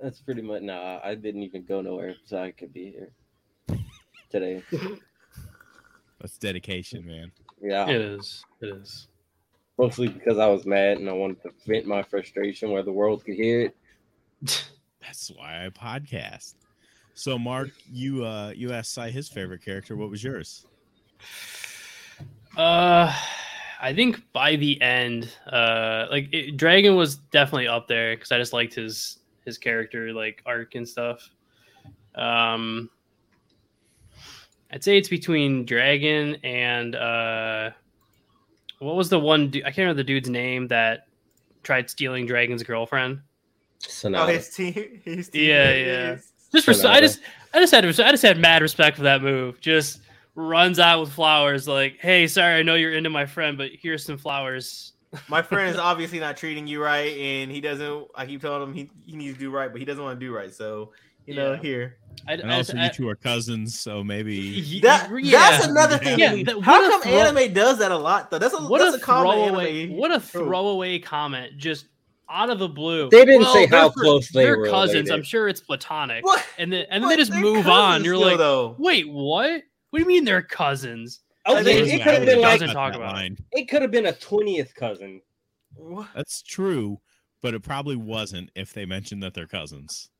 That's pretty much. Nah, I didn't even go nowhere, so I could be here today.
That's dedication, man.
Yeah.
it is. It is.
Mostly because I was mad and I wanted to vent my frustration where the world could hear it.
That's why I podcast. So, Mark, you uh you asked Sai his favorite character. What was yours?
Uh, I think by the end, uh, like it, Dragon was definitely up there because I just liked his his character like arc and stuff. Um, I'd say it's between Dragon and uh, what was the one? Du- I can't remember the dude's name that tried stealing Dragon's girlfriend.
So
oh,
now,
his team. His team
Yeah, yeah.
is-
Just res- I just I just had I just had mad respect for that move. Just runs out with flowers like, hey, sorry, I know you're into my friend, but here's some flowers.
My friend is obviously not treating you right, and he doesn't. I keep telling him he, he needs to do right, but he doesn't want to do right. So you know,
Yeah.
here
I,
And
I-
also,
I-
you two are cousins, so maybe
Ye-
that that's
yeah.
another thing.
Yeah,
that we-
that-
how
what a
come
throw-
anime does that a lot though? That's a
what
that's
a
a common
throwaway
anime.
what a throwaway comment just out of the blue.
They didn't say
they're
how
fr-
close they
they're
were
cousins.
related.
I'm sure it's platonic.
What?
And then and
But
then they just
they're
move on.
cousins
You're
still,
like,
though.
wait, what? What do you mean they're cousins?
oh,
I think
it,
Listen,
it could
I
have
would've
been like
Doesn't
cut
talk
that
about it.
line.
it could have been a twentieth cousin.
What?
That's true, but it probably wasn't if they mentioned that they're cousins.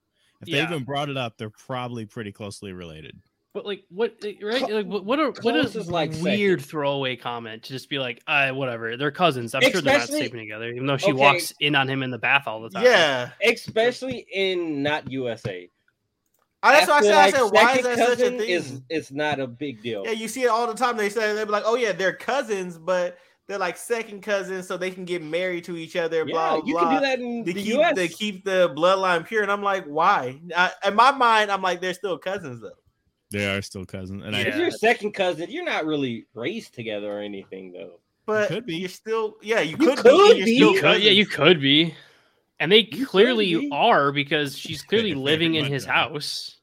If
Yeah.
they even brought it up, they're probably pretty closely related.
But like what right? Like what what a what
Close
a
is, like,
weird throwaway comment to just be like, uh, whatever. They're cousins. I'm sure they're not
Especially-
sleeping together, even though she
Okay.
walks in on him in the bath all the time.
Yeah,
especially in not USA.
I, that's why I
feel
said.
like
I said, why is
second
that such a
cousin
thing?
Is it's not a big deal.
Yeah, you see it all the time. They say they're like, oh yeah, they're cousins, but they're like second cousins, so they can get married to each other. blah,
Yeah, you
blah.
can do that in
They
the
keep
US.
they keep the bloodline pure, and I'm like, why? I, in my mind, I'm like, they're still cousins though.
They are still cousins, and
Yeah.
If you're second cousin, you're not really raised together or anything though.
But
could be.
you're still, yeah, you,
You
could,
could
be. and
be.
You're still
You could, yeah,
cousins.
you could be. And they
You could
clearly
be.
are because she's clearly
If they
living in
let
his
them.
house.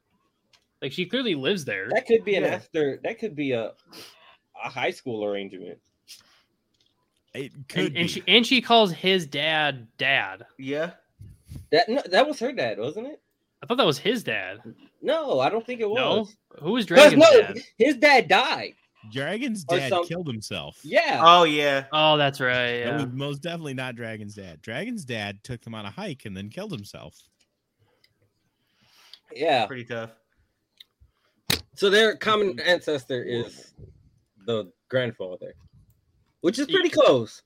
Like she clearly lives there.
That could be an
Yeah.
after. That could be a a high school arrangement.
I, it could
And, and
be.
she and she calls his dad dad.
yeah.
That no, that was her dad, wasn't it?
I thought that was his dad.
No, I don't think it
No?
was.
Who was
'Cause
Dragon's
no,
dad?
his dad died.
Dragon's
or
dad
some-
killed himself.
Yeah.
Oh yeah.
Oh, that's right.
That
Yeah.
was most definitely not Dragon's dad. Dragon's dad took them on a hike and then killed himself.
yeah.
Pretty tough.
So their common ancestor is the grandfather, which is pretty close.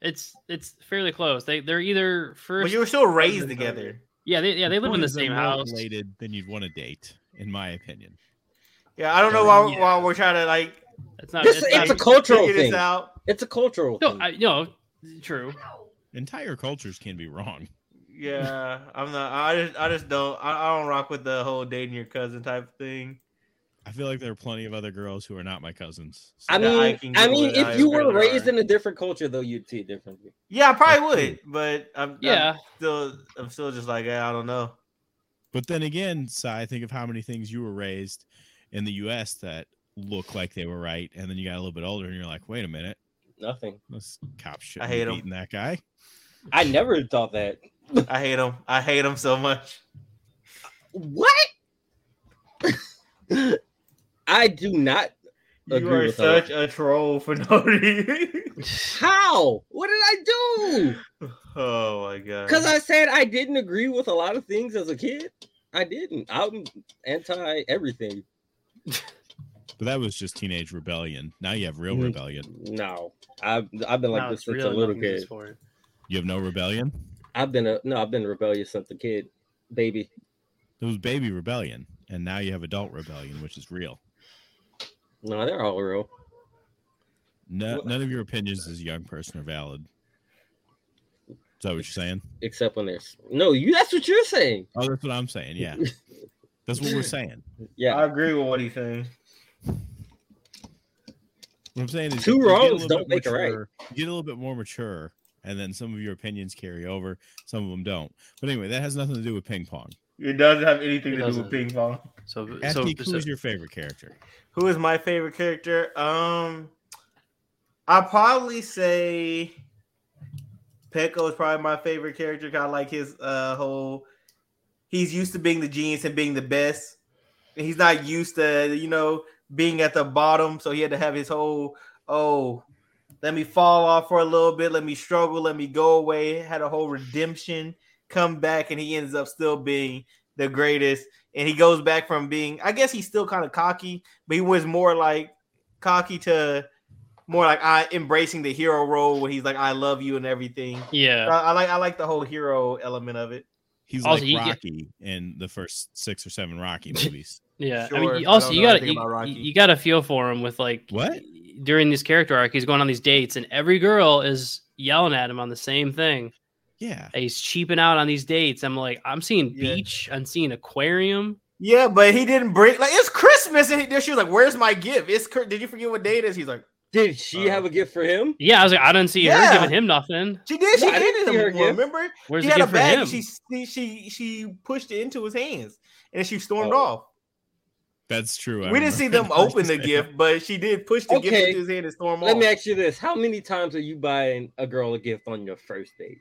It's it's fairly close. They they're either
But
first
you were still raised
cousin,
together.
Yeah, they yeah, they live in the
Cousins are
same
more
house.
Related than you'd want to date, in my opinion.
Yeah, I don't know why,
Yeah.
why we're trying to like
It's not
This-
Uh, it's,
it's a
not,
cultural
figure this
thing.
out.
It's a cultural
no,
thing.
I, no, true.
Entire cultures can be wrong.
Yeah, I'm not. I just, I just don't. I, I don't rock with the whole dating your cousin type thing.
I feel like there are plenty of other girls who are not my cousins.
I
that
mean,
I
I,
can get
mean,
with
if
eyes
you were
really
raised
hard.
in a different culture, though, you'd see it differently.
Yeah, I probably would, but I'm
Yeah.
I'm still, I'm still just like, yeah, I don't know.
But then again, Sai, think of how many things you were raised in the U.S. that look like they were right, and then you got a little bit older and you're like, wait a minute,
Nothing.
this cop shit. I
hate
hate
'em.
beating that guy.
I never thought that.
I hate him. I hate him so much.
What? I do not.
You
Agree
are
with
such a troll for no reason.
How? What did I do?
oh my god.
Because I said I didn't agree with a lot of things as a kid. I didn't. I'm anti everything.
But that was just teenage rebellion. Now you have real
Mm.
rebellion.
No, I've I've been like
No,
this
it's
since
really
a little
nothing to use
kid.
for it.
You have no rebellion.
I've been a no, I've been rebellious since a kid, baby.
It was baby rebellion, and now you have adult rebellion, which is real.
No, they're all real.
No,
Well-
none of your opinions as a young person are valid. Is that what you're saying?
Except when there's no you. That's what you're saying.
Oh, that's what I'm saying. Yeah, that's what we're saying.
Yeah,
I agree with what he's saying.
What I'm saying is
Two
you get a
wrongs
little
don't
bit
make a right.
mature- You get a little bit more mature, and then some of your opinions carry over, some of them don't. But anyway, that has nothing to do with ping pong.
It doesn't have anything
It
to do
doesn't.
with ping pong.
So
Ask
so,
me who
so-
is your favorite character.
Who is my favorite character? Um, I probably say Peko is probably my favorite character. Kind of like his uh whole. He's used to being the genius and being the best. And he's not used to you know being at the bottom, so he had to have his whole oh. Let me fall off for a little bit. Let me struggle. Let me go away. Had a whole redemption, come back, and he ends up still being the greatest. And he goes back from being, I guess he's still kind of cocky, but he was more like cocky to more like I embracing the hero role when he's like I love you and everything. I,
yeah.
I like I like the whole hero element of it.
He's
Also, you
like
get-
Rocky in the first six or seven Rocky movies.
Yeah, I
Sure,
mean,
I
you- also
don't
you
know
got
anything about
you,
Rocky.
you got to feel for him with like
What?
during this character arc. He's going on these dates, and every girl is yelling at him on the same thing.
Yeah,
Hey, He's cheaping out on these dates. I'm like, I'm seeing
Yeah.
beach, I'm seeing aquarium.
Yeah, but he didn't bring like it's Christmas and he, she was like, "Where's my gift?" It's Chri- did you forget what day it is? He's like,
Did she
Oh.
Uh,
have a gift for him?
Yeah, I was like, I didn't see
Yeah.
her giving him nothing.
"She did. She
No, I didn't
handed
see her
him one.
gift.
Remember?
Where's
she
the
had a
gift for
bag.
him?
And she she- she she pushed it into his hands and she stormed
Oh.
off.
that's true. I
We didn't see them
remember.
open the gift, but she did push the gift
Okay.
into his hand and storm
Let
off.
me ask you this: How many times are you buying a girl a gift on your first date?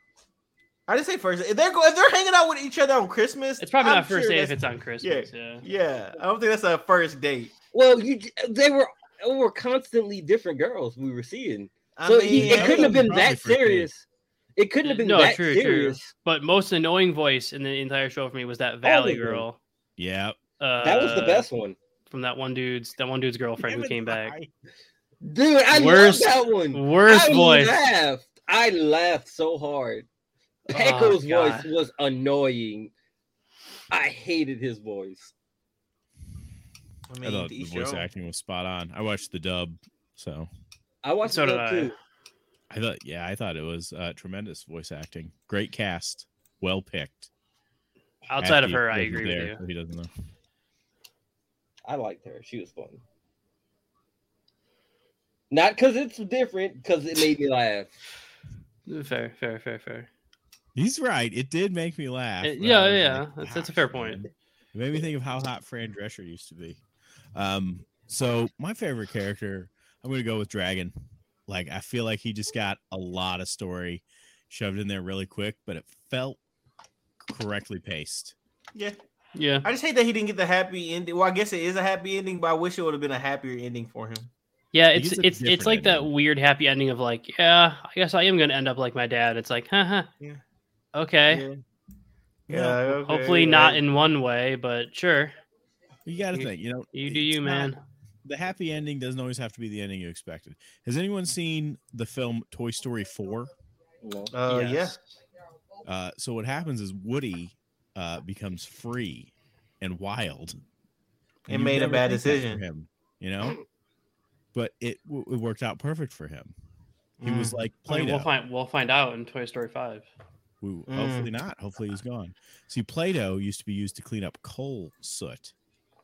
I didn't say first. If they're go, if they're hanging out with each other on Christmas,
It's probably
I'm
not first
sure
day
that's-
if it's on Christmas. Yeah.
Yeah, I don't think that's a first date.
Well, you they were they were constantly different girls we were seeing,
I
so
mean,
he, it
yeah.
couldn't have been
Probably
that
for sure.
serious. It couldn't have been
No,
that
true, true.
serious.
But most annoying voice in the entire show for me was that Valley
of them.
girl.
Yeah.
Uh,
That was the best one,
from that one dude's that one dude's girlfriend who came back.
dude. I
Worst-
love that one.
Worst
I
voice.
Laughed. I laughed so hard.
Oh,
Pecko's
God.
voice was annoying. I hated his voice.
I
I
mean,
thought
to
the
each
voice
their own.
acting was spot on. I watched the dub, so
I watched
So
it
did I.
too.
I thought, yeah, I thought it was uh, tremendous voice acting. Great cast, well picked.
Outside of
Happy
her, I
wasn't
agree with
there,
you.
so He doesn't know.
I liked her. She was fun. Not because it's different, because it made me laugh.
Fair, fair, fair, fair.
He's right. It did make me laugh.
It-
but
yeah,
I was
yeah, that's- that's a fair
"Gosh,
point."
man." It made me think of how hot Fran Drescher used to be. Um, so my favorite character, I'm gonna go with Dragon. Like I feel like he just got a lot of story shoved in there really quick, but it felt correctly paced.
Yeah,
Yeah,
I just hate that he didn't get the happy ending. Well, I guess it is a happy ending, but I wish it would have been a happier ending for him.
yeah.
It
It's
is a
it's it's
different
like that
ending.
weird happy ending of like, yeah, I guess I am gonna end up like my dad. It's like, huh, huh.
Yeah.
Okay.
Yeah.
No,
yeah okay,
Hopefully
yeah.
not in one way, but sure.
You got to
You-
think, you know.
You do
it's
you,
not-
man.
the happy ending doesn't always have to be the ending you expected. Has anyone seen the film Toy Story 4?
Well,
Uh,
Yes.
Uh, so what happens is Woody uh, becomes free and wild. you
And made a
never
bad
think that for
decision.
him, you know. But it w- it worked out perfect for him.
Yeah.
He was like
I mean,
Play-Doh.
we'll find we'll find out in Toy Story Five.
We, Hopefully not. Hopefully he's gone. See, Play-Doh used to be used to clean up coal soot,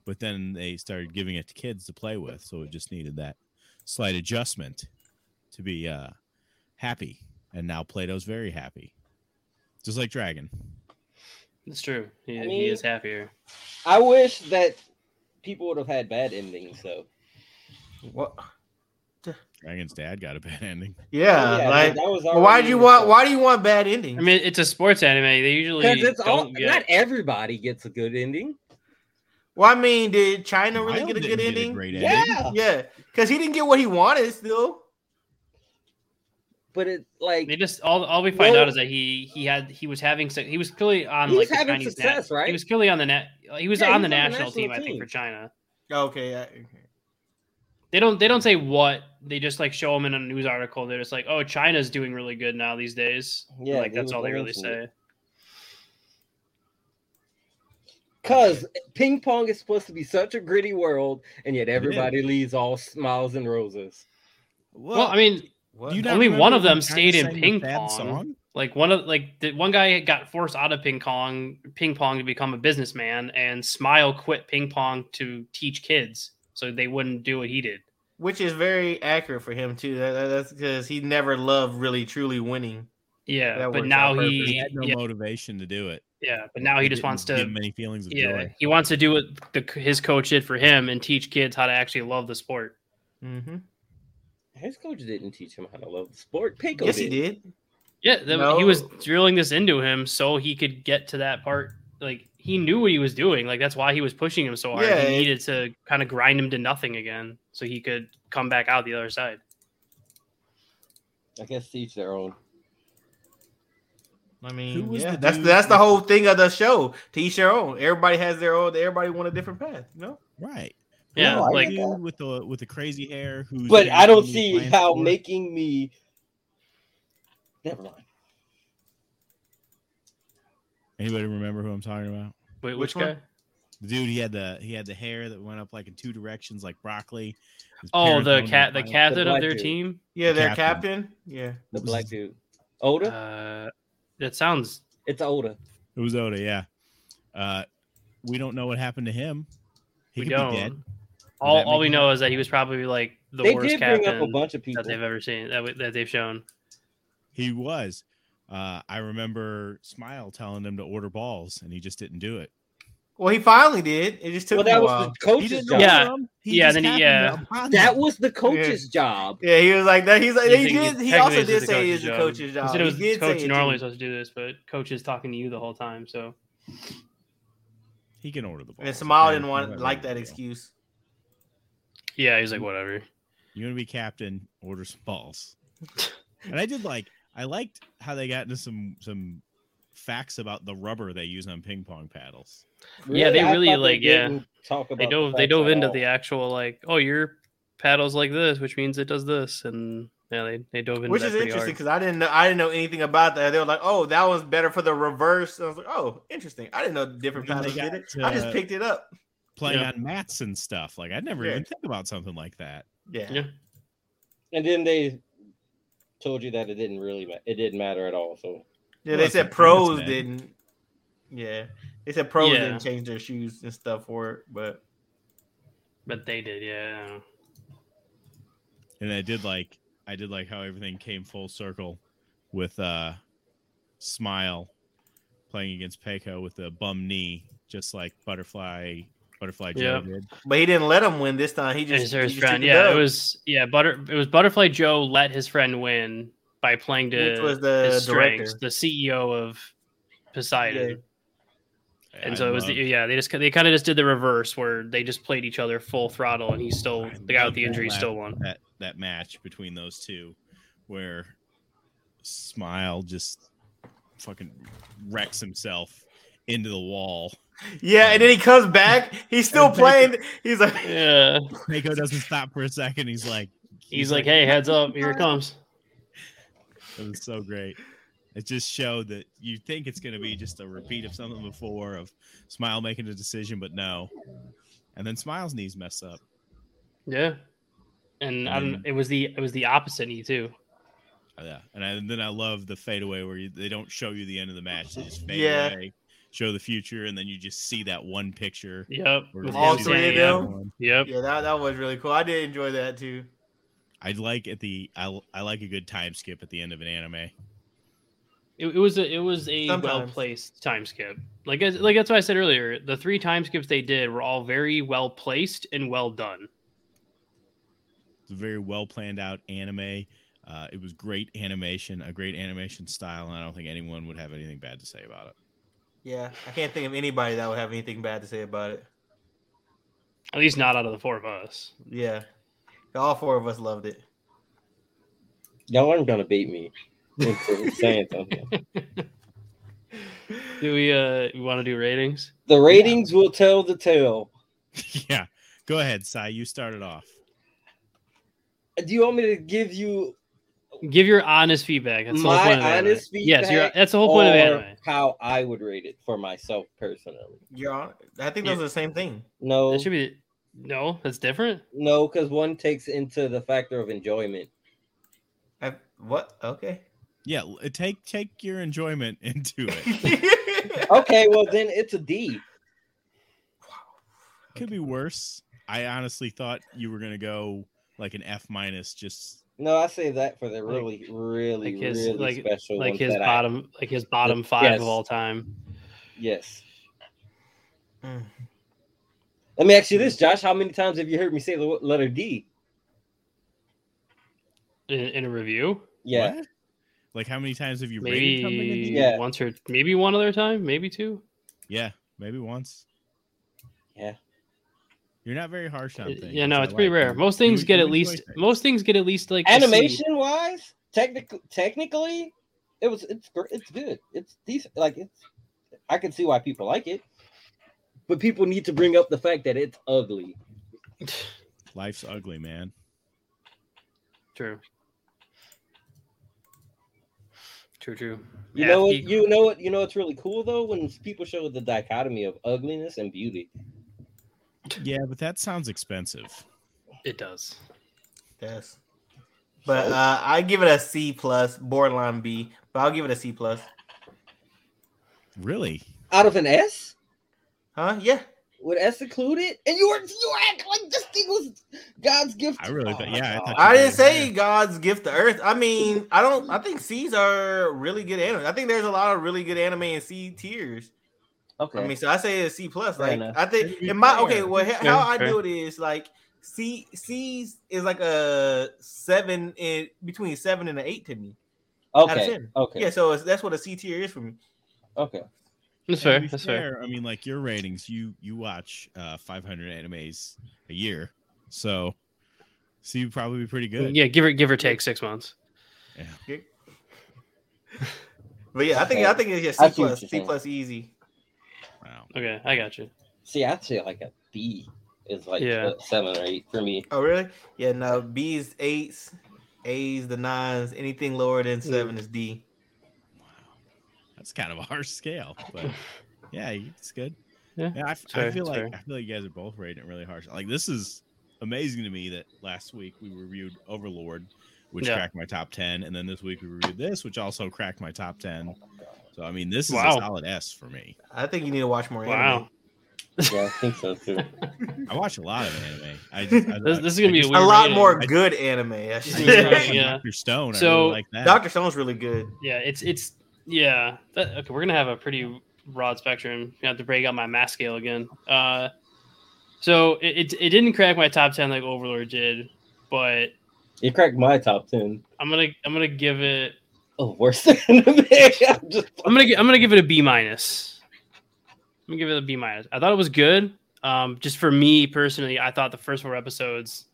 but then they started giving it to kids to play with, so it just needed that slight adjustment to be uh, happy. And now Play-Doh's very happy, just like Dragon.
It's true. He,
I
he
mean-
is happier.
I wish that people would have had bad endings though.
Mm. What?
Dragon's dad got a bad ending.
Yeah,
Oh, Yeah,
like
that was
why do
already
you
in
want?
the-
Why do you want bad endings?
I mean, it's a sports anime. They usually
Because it's
don't
all
get-
not everybody gets a good ending.
well, I mean, did China really
Wild
get a
didn't
good
get
ending?
great
Yeah,
ending.
yeah, because he didn't get what he wanted. Still,
but it like
They just all all we find
Well-
out is that he he had he was having suc- he was clearly on
He
like
was
the
having
Chinese
success,
nat-
right?
He was clearly on the net. He was
Yeah, he
on
was
the
on the
national,
national
team, I think,
team.
for China.
okay. I, okay.
They don't they don't say what. They just like show him in a news article. They're just like, oh, China's doing really good now these days.
Yeah,
like
they
that's
was
all they really
awful.
say.
Because ping pong is supposed to be such a gritty world, and yet everybody leaves all smiles and roses.
Well, I mean,
what?
Do you not
Only
remember
one of
when
them
China
stayed in
sang the
ping
sad
pong. like one of like the, one guy got forced out of ping pong ping pong to become a businessman, and Smile quit ping pong to teach kids so they wouldn't do what he did.
which is very accurate for him too. That, that- that's because he never loved really truly winning.
Yeah,
That
but
works
now
out perfect.
He
he
had no
yeah,
motivation to do it.
yeah, but now he
It
just
didn't
wants to
give him any feelings of
Yeah,
joy.
he wants to do what the, his coach did for him and teach kids how to actually love the sport.
Mm-hmm.
His coach didn't teach him how to love the sport. Pico
Yes,
did.
he did.
Yeah, then he was
No.
drilling this into him so he could get to that part. Like he knew what he was doing. Like that's why he was pushing him so hard.
Yeah,
he
it-
needed to kind of grind him to nothing again so he could come back out the other side.
I guess to each their own.
I mean,
was
yeah,
the
that's
dude
that's the
with-
whole thing of the show. To each their own. Everybody has their own. Everybody went a different path. You know.
Right.
Yeah,
No, I
like
get
dude with the with the crazy hair who's
But
in
I don't
the
see
plant
how
store.
making me. Never mind.
anybody remember who I'm talking about?
wait,
Which
which,
one?
guy?
The dude he had the he had the hair that went up like in two directions like broccoli. His
Oh,
parents
the
owned
cat, the
island.
captain
black
of their
dude.
team.
Yeah, their
Captain.
captain. Yeah.
The
What was
black
his-
dude, Oda.
Uh, that sounds
it's Oda.
It was Oda, yeah. Uh we don't know what happened to him. He
we
could
don't.
be dead.
All
that
all
make
we
him-
know is that he was probably like the
they
worst
did bring up a
captain
bunch of people.
that they've ever seen that, w- that they've shown.
He was. Uh I remember Smile telling him to order balls and he just didn't do it.
Well, he finally did. It just took
Well,
him a
that was
while.
the coach's
didn't
job.
order
Yeah.
them.
Yeah,
just
then he-
happened upon
That
them.
was the coach's job.
Yeah, he was like that. He's like
You
he did.
think it-
He
technically
also
it's
did
the
say it's the coach's
He
job.
said it was
he did
coach
say it
normally
too.
supposed to do this, but coach is talking to you the whole time. So
he can order the balls.
And Smile didn't
Okay,
want
whatever.
like that excuse.
yeah, he's like whatever.
You're gonna be captain, order some balls. and I did like I liked how they got into some some facts about the rubber they use on ping pong paddles.
Yeah, they
I
really,
thought
like, yeah.
didn't Talk about
They
the
dove they
facts
dove
at
into
all.
the actual like, oh, your paddle's like this, which means it does this, and yeah, they, they dove into
Which
that
is
pretty
interesting
hard.
because I didn't know I didn't know anything about that. They were like, "Oh, that was better for the reverse." And I was like, "Oh, interesting. I didn't know different
And
paddles
they
did
got
it.
to
I just picked it up."
playing
Yeah.
on mats and stuff. Like I'd never
Yeah.
even think about something like that.
Yeah.
Yeah.
and then they told you that it didn't really ma- it didn't matter at all. So
Yeah,
Well,
they
it's a
said
bonus,
pros
man.
didn't. Yeah, they said pros
Yeah.
didn't change their shoes and stuff for it, but
But they did, yeah.
And I did like I did like how everything came full circle with uh Smile playing against Peco with the bum knee, just like Butterfly Butterfly Joe
Yep.
did.
but he didn't let him win this time. He
His
just, he
first
just took
round,
the
yeah. It
dub,
was yeah, butter it was Butterfly Joe let his friend win by playing
which
to
was the
his
director.
strengths, the CEO of Poseidon.
Yeah.
And
I
so it was, the,
loved-
yeah. They just they kind of just did the reverse where they just played each other full throttle, and he still
I
the guy
love
with the
that
injury
laugh.
still won.
that that match between those two where Smile just fucking wrecks himself into the wall.
Yeah, and then he comes back. He's still
And Baker-
playing. He's like,
Yeah,
Peco doesn't stop for a second. He's like
he's like, hey, heads up, here it comes.
It was so great. It just showed that you think it's going to be just a repeat of something before of Smile making a decision, but no. And then Smile's knees mess up.
Yeah, and I don't.
Mm.
It was the it was the opposite knee too.
Oh, yeah. And, I, and then I love the fadeaway where you, they don't show you the end of the match. They just fade
Yeah.
away, show the future, and then you just see that one picture.
Yep,
where
with
all
him
three of
standing up.
them.
Yep,
yeah, that, that was really cool. I did enjoy that too.
I like at the I, I like a good time skip at the end of an anime.
it, it was a it was a
Sometimes.
well placed time skip. Like as- like that's what I said earlier. The three time skips they did were all very well placed and well done.
It's a very well planned out anime. Uh, it was great animation, a great animation style, and I don't think anyone would have anything bad to say about it.
Yeah, I can't think of anybody that would have anything bad to say about it.
At least not out of the four of us.
Yeah, all four of us loved it.
y'all aren't gonna beat me into saying something.
Do we uh want to do ratings?
The ratings will tell the tale.
yeah. Go ahead, Sai. You started off.
Do you want me to give you
Give your honest feedback. That's the whole
My
point of anime.
honest
Yes, you're,
feedback
that's the whole point of
or
anime.
how I would rate it for myself personally?
You're on. I think those
Yeah.
are the same thing.
No,
That should be no. That's different.
no, because one takes into the factor of enjoyment.
I, what? Okay.
Yeah, l- uh, take take your enjoyment into it.
Okay, well then it's a D.
Could be worse. I honestly thought you were gonna go like an F minus. Just
No, I say that for the really, really,
like his-
really
like-
special
Like
ones
his
that I-
bottom, like his bottom five
Yes.
of all time.
yes.
Mm.
Let me ask you
Hmm.
this, Josh. How many times have you heard me say the w- letter D?
In, in a review,
Yeah.
what? Like how many times have you rated something?
maybe
in the-
Yeah.
once or maybe one other time, maybe two.
Yeah, maybe once.
Yeah.
You're not very harsh on things.
Uh, yeah, no,
I
it's pretty
like
rare.
it.
Most things
You-
get
you
at
enjoy
least
things.
most things get at least like a C.
Animation wise, technically, technically, it was it's gr- it's good. It's decent. Like it's, I can see why people like it, but people need to bring up the fact that it's ugly.
Life's ugly, man.
True. True. True.
You
Yeah,
know what?
he-
You know what? You know what's really cool though when people show the dichotomy of ugliness and beauty.
Yeah, but that sounds expensive.
it does.
Yes. But uh, I give it a C plus, borderline B. But I'll give it a C plus.
Really?
Out of an S,
Huh? Yeah.
with S included, and you were you act like this thing was God's gift.
I really
Oh
thought.
my
Yeah, I
God.
thought.
I
you
didn't
were-
say God's gift to Earth. I mean, I don't. I think C's are really good anime. I think there's a lot of really good anime in C tiers.
Okay.
I mean, so I say a C plus.
Fair
Like
enough.
I think
That'd be
in my
fair.
okay, well, he-
Fair,
how I
fair.
do it is like C C's is like a seven in between seven and an eight to me. of
okay.
ten.
Okay.
Yeah, so it's, that's what a C tier is for me.
Okay.
And
That's fair.
to be
That's fair.
I mean, like your ratings, you you watch uh 500 animes a year, so so you probably be pretty good.
Yeah, give or give or take six months.
But yeah, I think
Okay.
I think it's just
I
C
see what
plus
you're
C
saying.
plus easy.
Wow.
Okay, I got you.
See, I'd say like a B is like
Yeah.
a seven or eight for me.
Oh really? Yeah, no. B's eights, A's the nines. Anything lower than seven is D.
That's kind of a harsh scale, but yeah, it's good.
Yeah,
I, f-
it's
I
fair,
feel
it's
like
fair.
I feel like you guys are both rating it really harsh. Like this is amazing to me that last week we reviewed Overlord, which
Yeah.
cracked my top ten, and then this week we reviewed this, which also cracked my top ten. So I mean, this is
Wow.
a solid S for me.
I think you need to watch more anime.
Wow.
Yeah, I think so too.
I watch a lot of anime. I just, I,
This, this is gonna
I
be a
just-
weird
A lot
rating.
more good anime. I should say.
Yeah.
Doctor Stone. I
So-
really like that.
Doctor Stone's really good.
Yeah, it's it's yeah. That, okay, we're gonna have a pretty broad spectrum. I have to break out my math scale again. Uh, so it, it it didn't crack my top ten like Overlord did, but
You cracked my top ten.
I'm gonna I'm gonna give it
Oh, worse than the I'm just
I'm gonna gi- I'm gonna give it a B minus. I'm gonna give it a B minus. I thought it was good. Um, just for me personally, I thought the first four episodes,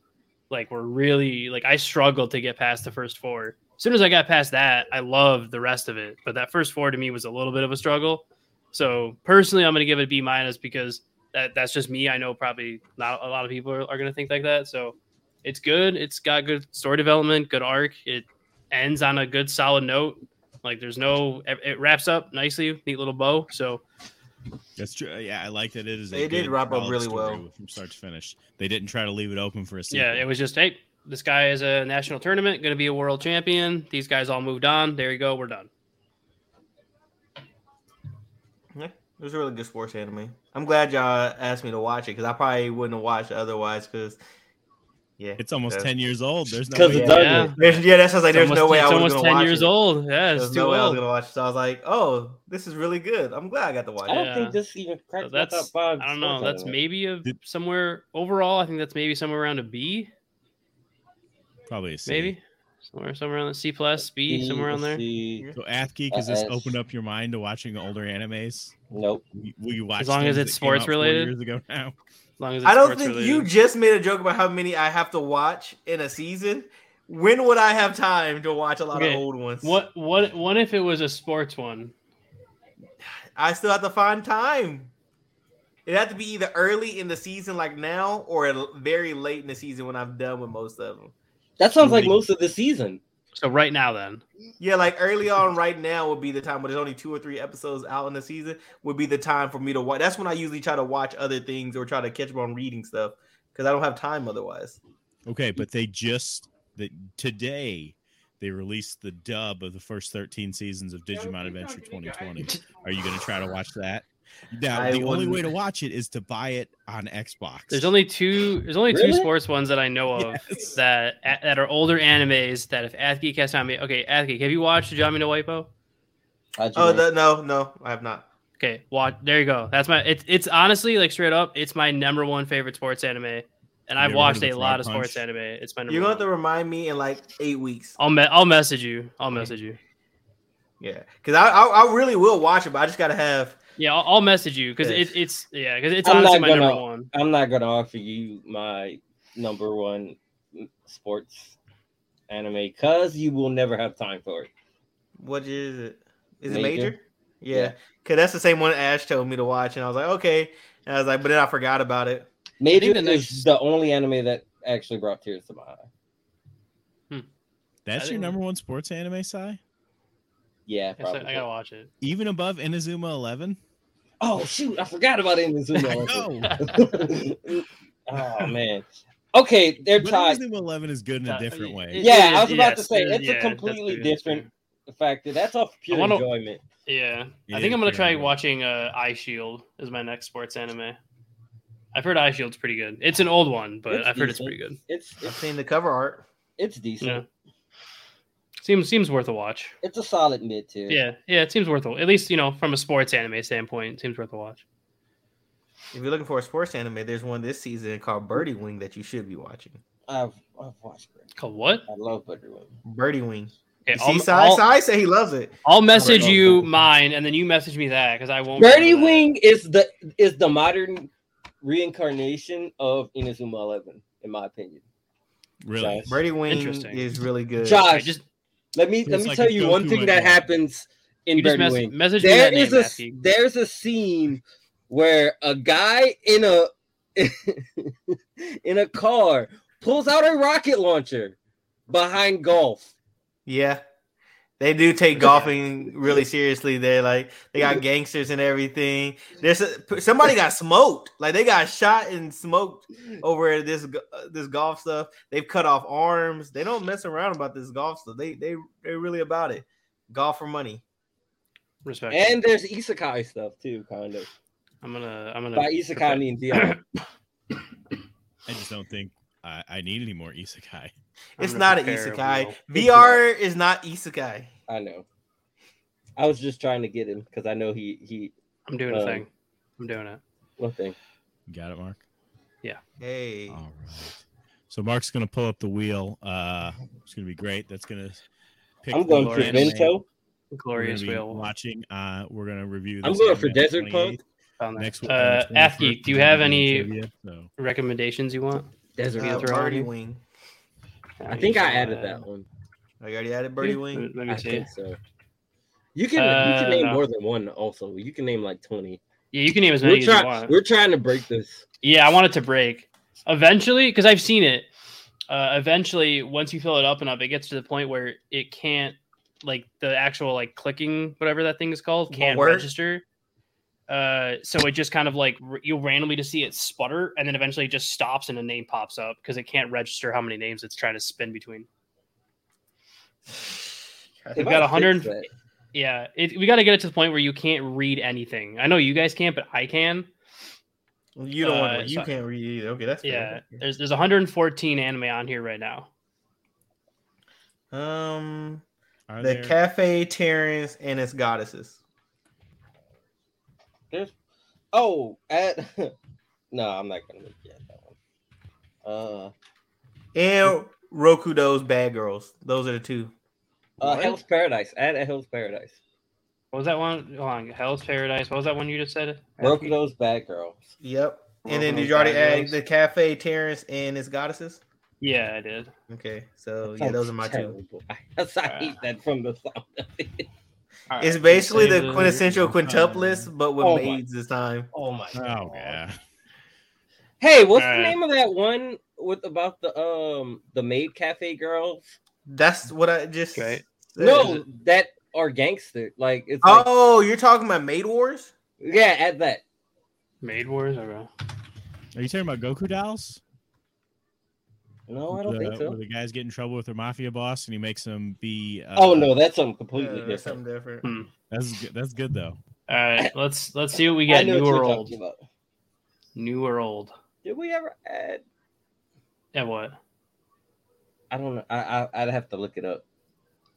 like, were really like I struggled to get past the first four. As soon as I got past that, I loved the rest of it. But that first four to me was a little bit of a struggle. So personally, I'm gonna give it a B minus because that that's just me. I know probably not a lot of people are, are gonna think like that. So it's good. It's got good story development, good arc. It ends on a good solid note. Like there's no, it- it wraps up nicely, neat little bow. So
That's true. Yeah, I like that it is. a
They did
good,
wrap up
solid
really
story
well.
from start to finish. They didn't try to leave it open for a sequel.
yeah, it was just hey, this guy is a national tournament, going to be a world champion. These guys all moved on. There you go, we're done.
It was a really good sports anime. I'm glad y'all asked me to watch it because I probably wouldn't have watched it otherwise. Because yeah,
It's almost
Yeah.
ten years old. There's no
'Cause
way
it's
you-
ugly.
Yeah,
There's, yeah, that sounds like there's
it's almost,
no way
it's
I was
almost
gonna
ten
watch
years
it.
old. Yeah, it's
There's
too
no way I was
old.
gonna watch it. So I was like, oh, this is really good. I'm glad I got to watch
I
it.
don't
Yeah.
think this even cracked
So that's
my top five.
I don't know. That's
me.
maybe a
Did-
somewhere overall. I think that's maybe somewhere around a B,
probably a C.
maybe somewhere somewhere around the C plus B, somewhere around there.
C.
So Athgeek, has this
Uh, uh,
opened up your mind to watching older animes?
Nope.
Will will you watch
long as
things
it's
that came out
sports
40
related?
Years ago now,
As long as it's
I don't
sports
think
related.
you just made a joke about how many I have to watch in a season. When would I have time to watch a lot
Okay,
of old ones?
What what what if it was a sports one?
I still have to find time. It'd have to be either early in the season, like now, or l- very late in the season when I'm done with most of them.
That sounds like
Maybe.
most of the season.
So right now then.
Yeah, like early on, right now would be the time when there's only two or three episodes out in the season. Would be the time for me to watch. That's when I usually try to watch other things or try to catch up on reading stuff because I don't have time otherwise.
okay, but they just that today they released the dub of the first 13 seasons of Digimon Adventure 2020. Are you going to try to watch that? Now,
I
the only
wouldn't.
way to watch it is to buy it on Xbox.
There's only two. There's only two
Really?
sports ones that I know of
Yes.
that that are older animes. That if Athgeek has time, okay, Athgeek, have you watched Jami no Wipo?
How'd you
Oh
rate-
the, no, no, I have not.
Okay, watch. There you go. That's my. It's it's honestly like straight up. It's my number one favorite sports anime, and I've
ever heard
watched
of
a
the
lot
Frog
of sports
Punch?
anime. It's my number.
You're gonna
one.
have to remind me in like eight weeks.
I'll me- I'll message you. I'll message you.
Yeah, because I, I I really will watch it, but I just gotta have.
Yeah, I'll, I'll message you because
Yeah.
it, it's yeah because it's
I'm
honestly
not
my number
gonna-
one.
I'm not gonna offer you my number one sports anime because you will never have time for it.
What is it? Is it
Major?
major? Yeah,
Yeah.
because that's the same one Ash told me to watch, and I was like, okay. And I was like, but then I forgot about it.
Major
the
is
next-
the only anime that actually brought tears to my eye.
That's
I
your
didn't-
number one sports anime, Sai?
Yeah,
I guess I,
probably.
I gotta watch it.
Even above Inazuma 11?
Oh shoot, I forgot about Inazuma.
No.
oh man. Okay, they're
But
tied.
Inazuma 11 is good in
Uh,
a different
it-
way.
it
Yeah, I
is,
was about to
yes,
say,
it is,
it's a
yeah, that's
completely
true, that's true.
different The fact that that's off pure
wanna-
enjoyment.
Yeah,
It
I
is
think I'm gonna
pretty
try
good.
watching uh, Eye Shield is my next sports anime. I've heard Eye Shield's pretty good. It's an old one, but
It's
I've heard it's
decent.
pretty good.
It's
I've
it's,
seen the cover art.
it's decent.
Yeah. Seems seems worth a watch.
It's a solid mid tier.
Yeah, yeah, it seems worth a at least you know from a sports anime standpoint, it seems worth a watch.
If you're looking for a sports anime, there's one this season called Birdie Wing that you should be watching.
I've I've watched it.
Called what?
I love Butter Wing.
Birdie Wing.
Okay,
You
I'll,
see, Sai,
I'll-
Sai say he loves it.
I'll message
Alright,
you
okay.
mine, and then you message me that because I won't.
Birdie
remember that.
Wing is the is the modern reincarnation of Inazuma Eleven, in my opinion.
Really?
Josh,
Birdie Wing
Interesting.
is really good.
Josh,
Alright, just
Let me
It's
let me
like
tell
a
you one
Goku
thing
and
that
Gohan.
happens in
You just
Red
mess-
Wing.
message me
There
that
is
name,
a
Matthew.
there's a scene where a guy in a in a car pulls out a rocket launcher behind golf.
Yeah. They do take golfing really seriously. They're like they got gangsters and everything. There's a, somebody got smoked. Like they got shot and smoked over this g- uh, this golf stuff. They've cut off arms. They don't mess around about this golf stuff. They they they're really about it. Golf for money.
Respect.
And there's isekai stuff too, kind of.
I'm gonna. I'm gonna.
By isekai means DR.
I just don't think I, I need any more isekai.
I'm
It's
gonna
not an
prepare a
isekai.
little-
VR is not isekai.
I know. I was just trying to get him because I know he he
I'm doing
Oh.
Um,
a thing. I'm doing it.
one thing.
Got it, Mark?
Hey,
Oh,
All right. So Mark's gonna pull up the wheel. Uh, it's gonna be great. That's gonna. Pick
I'm going for
Lawrence.
Vento.
Glorious
we're gonna be
wheel.
watching. Uh, we're gonna review.
I'm
this
going
anime
for
on
Desert
28th.
Punk.
Found that.
Next one.
Uh, Athgeek, do you have any
Trivia, so.
recommendations you want?
Desert
Yeah,
uh,
Punk.
Punk.
throw it on
birdie
you.
wing.
I think I added that one.
I already added birdie wing.
Let
I
me see.
think so. You can you
Uh,
can name
no.
more than one also. You can name like 20.
Yeah, you can name as
We're,
many as you
try-
want.
we're trying to break this.
Yeah, I want it to break eventually because I've seen it. Uh, eventually, once you fill it up and up, it gets to the point where it can't, like the actual like clicking whatever that thing is called, can't
work?
register. Uh, so it just kind of like r- you'll randomly just see it sputter, and then eventually it just stops and a name pops up because it can't register how many names it's trying to spin between.
They
We've
might
got
fix
100
that.
Yeah, it, we got to get it to the point where you can't read anything. I know you guys can't, but I can.
You don't
Uh,
want to. You
so-
can't read either. Okay, that's
Yeah,
fair.
there's there's 114 anime on here right now.
Um,
Are
the
there-
Cafe Terrence and its goddesses.
There's oh at no, I'm not gonna make you add that one. Uh
And Rokudo's Bad Girls. Those are the two.
uh
What?
Hell's Paradise. Add a Hell's Paradise.
What was that one? Hold on, Hell's Paradise. What was that one you just said?
Rokudo's Bad Girl.
Yep. And then did
Rokudo's
you already
Bad
add
Girls.
the Cafe Terrence and its goddesses?
Yeah, I did.
Okay. So Oh, yeah, those are my two.
Terrible. I, I hate that from the sound of it.
All right,
It's basically
same
the
as-
quintessential quintuplets, but with
Oh my-
maids this time.
Oh my
Oh yeah.
Hey, what's the
Alright.
name of that one with about the um the maid cafe girls?
That's what I just.
Okay.
said.
no, that are gangster. Like it's like,
Oh, you're talking about maid wars?
yeah, add that.
Maid Wars. Okay.
Are you talking about Goku dolls?
No, Oh, I don't
the,
think so.
Where the guys get in trouble with their mafia boss, and he makes them be. Uh,
oh no, that's something
Yeah,
completely different.
that's Uh, something different.
Hmm.
That's good. That's good though.
All right. Let's let's see what we
I
get.
know
New
what
or
you're
old?
talking about.
New or old?
Did we ever add?
Yeah. What?
I don't know. I, I I'd have to look it up.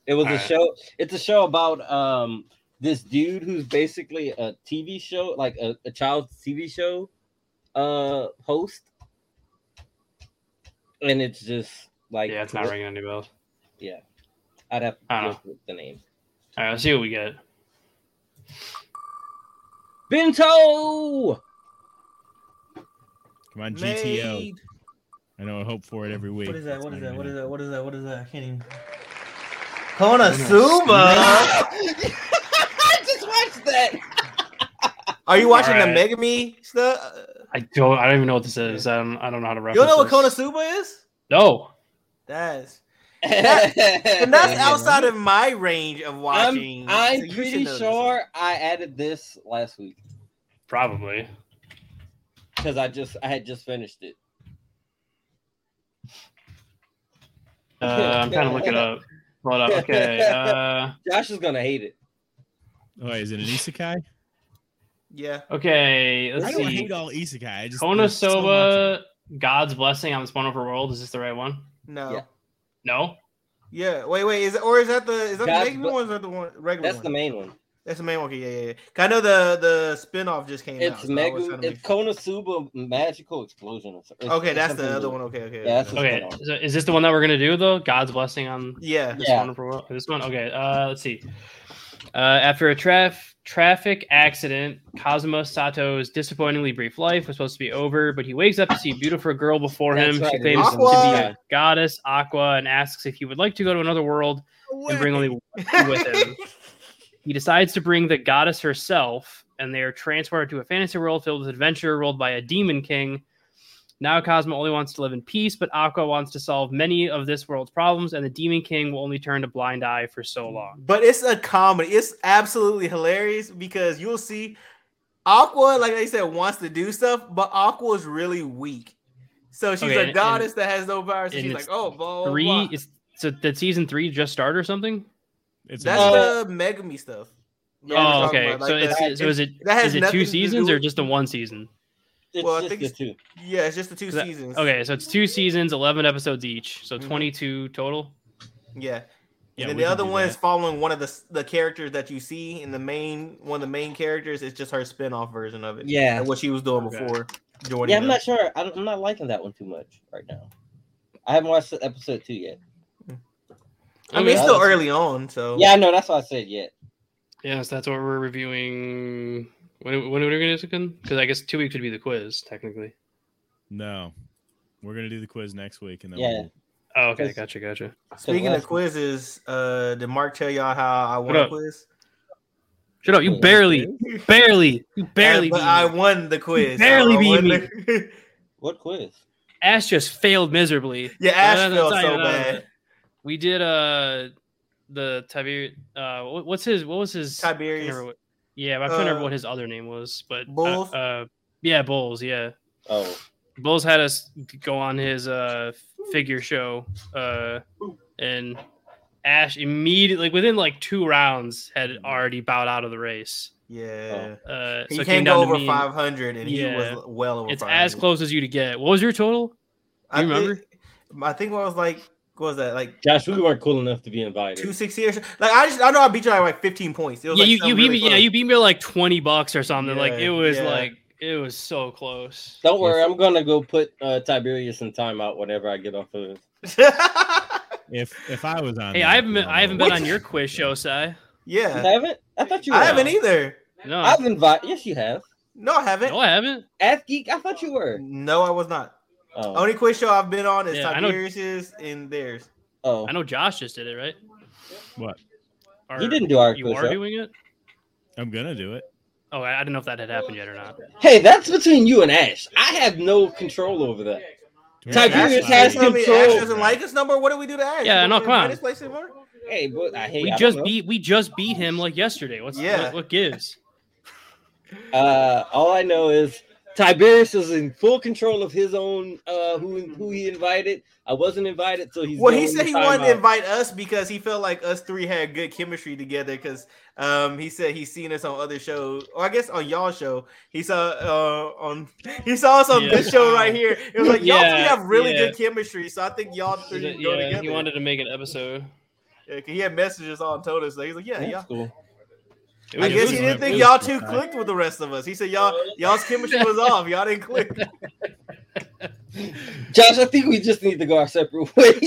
It was a
Alright.
show. It's a show about um this dude who's basically a TV show, like a, a child's TV show uh host, and it's just like
yeah, it's not ringing any bells.
I'd have
I
to
don't
look up the name.
All right. Let's see what we get.
Bento.
Come on, GTO.
Maid.
I know. I hope for it every week.
What is that? What is that? What is
that?
that? What is that? What is that? I can't even. Konosuba.
I just watched that.
Are you watching
Alright.
the Megami stuff?
I don't. I don't even know what this is. I don't. I don't know how to
You
reference.
don't know what
this.
Konosuba is?
No.
That's and that's outside of my range of watching.
I'm, I'm
so you should
pretty
know this
sure I added this last week
Probably.
because I just I had just finished it.
Uh, I'm trying to look it up. Hold up. Okay. Uh,
Josh is gonna hate it.
Oh, is it an isekai?
one. Yeah.
okay. Let's
I
see.
don't hate all isekai. I just there's so much-
Konosuba, God's blessing on the spun over world. Is this the right one?
No.
Yeah.
Yeah.
No.
Wait. Wait. Is it, or is that the is that
God's
the Megami
bl-
ones or the one regular
That's the
one?
main one.
That's the main one. Okay, yeah, yeah, yeah. 'Cause I know the the spinoff just came out.
It's
so I was
Megu,
trying to
it's
make-
Konosuba Magical Explosion. or so- it's-
okay,
it's
that's the
something
other
like-
one. Okay, okay.
Yeah, that's the-
Okay, so is this the one that we're gonna do though? God's blessing on
yeah.
this
Yeah.
wonderful world. This one. Okay. Uh, let's see. Uh, after a traf- traffic accident, Kazuma Sato's disappointingly brief life was supposed to be over, but he wakes up to see a beautiful girl before
That's
him.
right,
She
it
claims
is.
to be a
Aqua!
goddess, Aqua, and asks if he would like to go to another world and bring only one with him. He decides to bring the goddess herself, and they are transported to a fantasy world filled with adventure, ruled by a demon king. Now Cosmo only wants to live in peace, but Aqua wants to solve many of this world's problems, and the demon king will only turn a blind eye for so long.
But it's a comedy. It's absolutely hilarious because you'll see Aqua, like I said, wants to do stuff, but Aqua is really weak. So she's
Okay, and-
a
and-
goddess that has no power. So
and
she's like,
it's
oh, blah, blah,
Three
blah.
is so did season three just start or something?
It's
That's
amazing.
Oh.
the Megami stuff.
Yeah,
That we're
oh,
talking
okay.
about, like
so
the-
it's so is it
that has
is it
nothing
two
to do
seasons or
with-
just the one season?
It's
Well, I
just
think
the
it's-
two.
yeah, it's just the two
'Cause I-
seasons.
Okay, so it's two seasons, eleven episodes each, so
Mhm.
twenty-two total.
Yeah.
Yeah,
and then
we
the
can
other
do
one
that.
is following one of the s- the characters that you see in the main one of the main characters. It's just her spin-off version of it.
Yeah.
And what she was doing
Okay.
before joining.
Yeah, I'm
them.
not sure. I don't, I'm not liking that one too much right now. I haven't watched the episode two yet.
I mean,
Okay.
it's still early on, so
Yeah, I know. That's what I said yet.
Yes, that's what we're reviewing. When when are we gonna do this again? Because I guess two weeks would be the quiz technically.
No, we're gonna do the quiz next week, and then
Yeah.
we'll-
Oh, okay,
Yes.
gotcha, gotcha.
Speaking
last
of quizzes, uh, did Mark tell y'all how I won
What
a
up?
quiz?
Shut up! You barely, barely, you barely.
Uh, Oh, but
beat
I
me.
won the quiz.
barely
I won
beat
the-
What quiz?
Ash just failed miserably.
yeah,
No,
Ash
no,
felt
no, sorry,
so
no, no, no.
bad.
We did uh the Tiber. Uh, what- what's his? What was his? I can't
Tiberius.
remember what- yeah, but I couldn't remember
Uh,
what his other name was. But uh,
Bulls?
Uh, yeah, Bulls. Yeah,
Oh,
Bulls had us go on his uh figure show, uh, and Ash immediately, like within like two rounds, had already bowed out of the race.
Yeah,
Uh,
he
so it
came
came down to
over
me.
500, and he
Yeah.
was well over.
It's
500.
as close as you to get. What was your total?
I
you
thi-
remember?
I think what was like, what was that like?
Josh, we weren't cool enough to be invited.
Two sixty or so- like I just I know I beat you by like fifteen points. It was
Yeah,
like
you, you
something
beat
really
me. Yeah,
close.
you beat me like twenty bucks or something. like
Yeah,
it was
yeah.
like it was so close.
Don't worry, I'm gonna go put uh, Tiberius in timeout whenever I get off of this.
if if I was on,
Hey,
that,
I haven't
you
been,
know,
I haven't been
What?
on your quiz show, Sai.
You
yeah,
haven't? I thought you. Were.
I haven't either.
No,
I've invited. Yes, you have.
No, I haven't.
no, I haven't.
Ask geek. I thought you were.
No, I was not.
Oh,
Only quiz show I've been on is
Yeah, I know-
Tiberius's and theirs.
oh.
I know Josh just did it, right?
What?
Or
you didn't do our
You
quiz.
are
show.
doing it.
I'm gonna do it.
Oh, I, I didn't know if that had happened yet or not.
Hey, that's between you and Ash. I have no control over that. Tiberius
That's
has
fine.
Ash, tell me
control.
Ash doesn't like us number. What do we do to Ash?
Yeah,
We
no,
don't
come on.
invite his place anymore?
Hey, but I hate.
we
I don't
just
know.
beat we just beat him like yesterday. What's
Yeah.
what, what gives?
Uh, all I know is Tiberius is in full control of his own. Uh, who who he invited? I wasn't invited, so he's.
Well, he
going
said he
timeout.
wanted to invite us because he felt like us three had good chemistry together. Because um, he said he's seen us on other shows, or I guess on y'all show. He saw uh, on he saw us on
Yeah.
this show right here. It was like y'all three
Yeah,
have really
yeah.
good chemistry, so I think y'all three
Yeah,
go together.
he wanted to make an episode.
Yeah, 'cause he had messages on told us. Like, he's like, yeah,
That's
yeah.
cool.
It
I
was- it
guess
was-
he
losing
didn't
my
think
voice
y'all
this
two
time.
clicked with the rest of us. He said y'all y'all's chemistry was off. Y'all didn't click.
Josh, I think we just need to go our separate ways.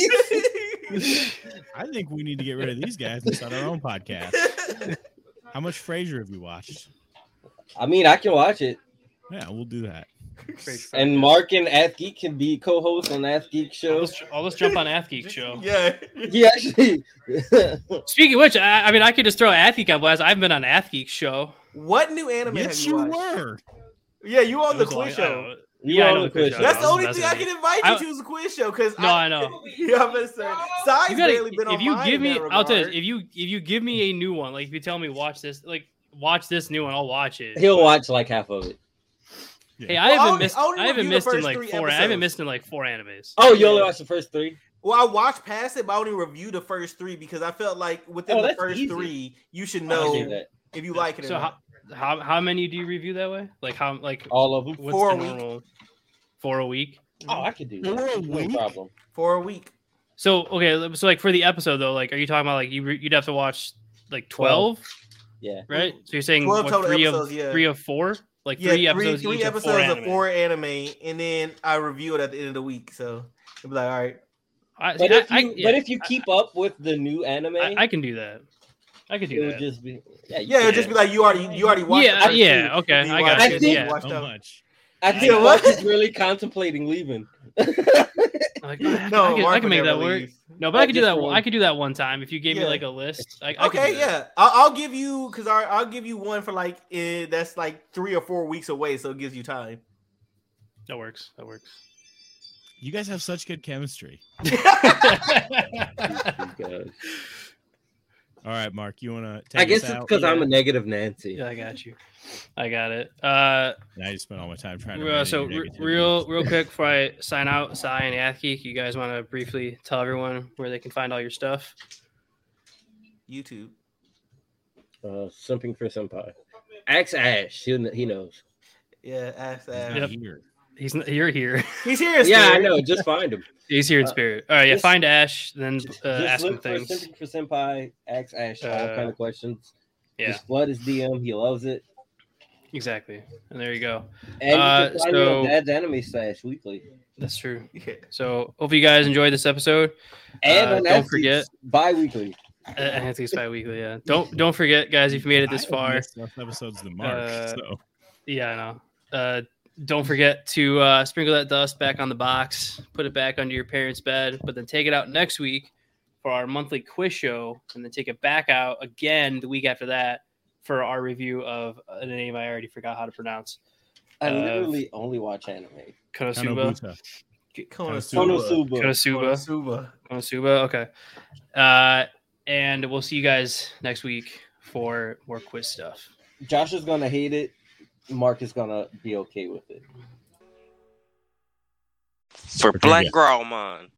I think we need to get rid of these guys and start our own podcast. How much Frasier have you watched?
I mean, I can watch it,
Yeah, we'll do that.
and Mark and Ask Geek can be co-hosts on Ask Geek
I'll
shows.
just, I'll just jump on Athgeek show.
yeah.
He actually.
Speaking of which, I, I mean, I could just throw Athgeek on blast. I've been on Athgeek show.
What new anime have
yes,
you
you
watched?
were.
Yeah, you on
It
Oh, the
was
quiz
like- I
show.
don't-
You
Yeah, I
are
know
the
the quiz
quiz
show.
show.
That's the
I was
only thing I
messing
can invite
I-
you to is a quiz show because
No, I know.
Yeah, I'm saying Sai's
You gotta,
barely been on
if you
mine
give
in
me,
that
I'll tell you,
regard.
this, if you if you give me a new one, like if you tell me watch this, like watch this new one, I'll watch it.
He'll watch like half of it.
Hey,
Well,
I
I
haven't
only-
missed.
I only
I haven't
reviewed the
missed in
first
like
three
four. I haven't
episodes.
missed in like four animes.
Oh, you only watched the first three.
Well, I watched past it, but I only reviewed the first three because I felt like within
Oh,
the
that's
first
easy.
three, you should
I
know
can do that.
if you like it or
So how,
not.
how how many do you review that way? Like how like
All of them.
what's
four
the
a week.
normal? Four a week.
Oh, I could do
Four a
that. No
week?
problem.
For a week.
So okay, so like for the episode though, like are you talking about like you re- you'd have to watch like
Twelve.
twelve?
Yeah.
right? So you're saying
12
what,
total
three
episodes,
of
yeah.
three of four, like
yeah,
three
three
episodes,
three
each
episodes
of four.
of
anime.
four anime, and then I review it at the end of the week. So I'll be like, all right,
I,
But
I-
if you,
I- yeah,
but if you keep up with the new anime,
I, I can do that, I could
it
do
would
that.
just be yeah. you
yeah, it'll
could-
just be like you already you already watched. the
yeah,
first
yeah,
two.
okay,
You
I
watched
got
it,
you.
it, think-
you
Yeah, Oh
watched
So
them.
much.
I
You
think
know
Mark
what?
is really contemplating leaving.
Like, I,
No,
I could,
Mark
I could
would
make that
never
work.
leave.
No, but I could do
just
that.
one.
I could do that one time if you gave
Yeah.
me like a list. I, I could
Okay,
do that.
yeah, I'll, I'll give you because I'll give you one for like eh, that's like three or four weeks away, so it gives you time.
that works. That works.
You guys have such good chemistry. All right, Mark, you want to take
I guess
us
it's
out?
because I'm
yeah.
a negative Nancy.
yeah, I got you. I got it. Uh,
I just spent all my time trying to.
Well,
manage
so
your
re-
negativity.
real real quick before I sign out, Sai and Athgeek, you guys want to briefly tell everyone where they can find all your stuff?
YouTube.
Uh, something for senpai. Ask Ash. He, kn- he knows.
Yeah,
He's
ask that.
not
Yep.
here.
He's n- you're here.
He's here.
yeah, I
still.
know. Just find him.
He's here in
Uh,
spirit. All right, yeah.
just-
Find Ash, then uh, ask him
look for
things.
something for senpai. Ask Ash all
Uh,
kind of questions.
Yeah,
Just flood his DM. He loves it.
exactly. And there you go.
And
Uh,
you can find me on
so- Uh,
Dad's Anime Slash Weekly.
That's true.
Yeah.
So hope you guys enjoyed this episode.
And
Uh,
on
don't
Ask
forget-
bi-weekly.
Uh, Athgeek's bi-weekly. Yeah. Don't don't forget, guys. If you made it
I
this
have
far,
missed enough episodes to Mark.
Uh,
so
Yeah, I know. Uh, don't forget to uh, sprinkle that dust back on the box, put it back under your parents' bed, but then take it out next week for our monthly quiz show, and then take it back out again the week after that for our review of a name I already forgot how to pronounce.
I
Uh,
literally only watch anime.
Konosuba.
Kanobuta.
Konosuba.
Konosuba.
Konosuba.
Konosuba.
Konosuba.
Konosuba. Okay. Uh, and we'll see you guys next week for more quiz stuff.
Josh is gonna hate it. Mark is gonna be okay with it.
For
Okay,
Black
yeah.
Grauman.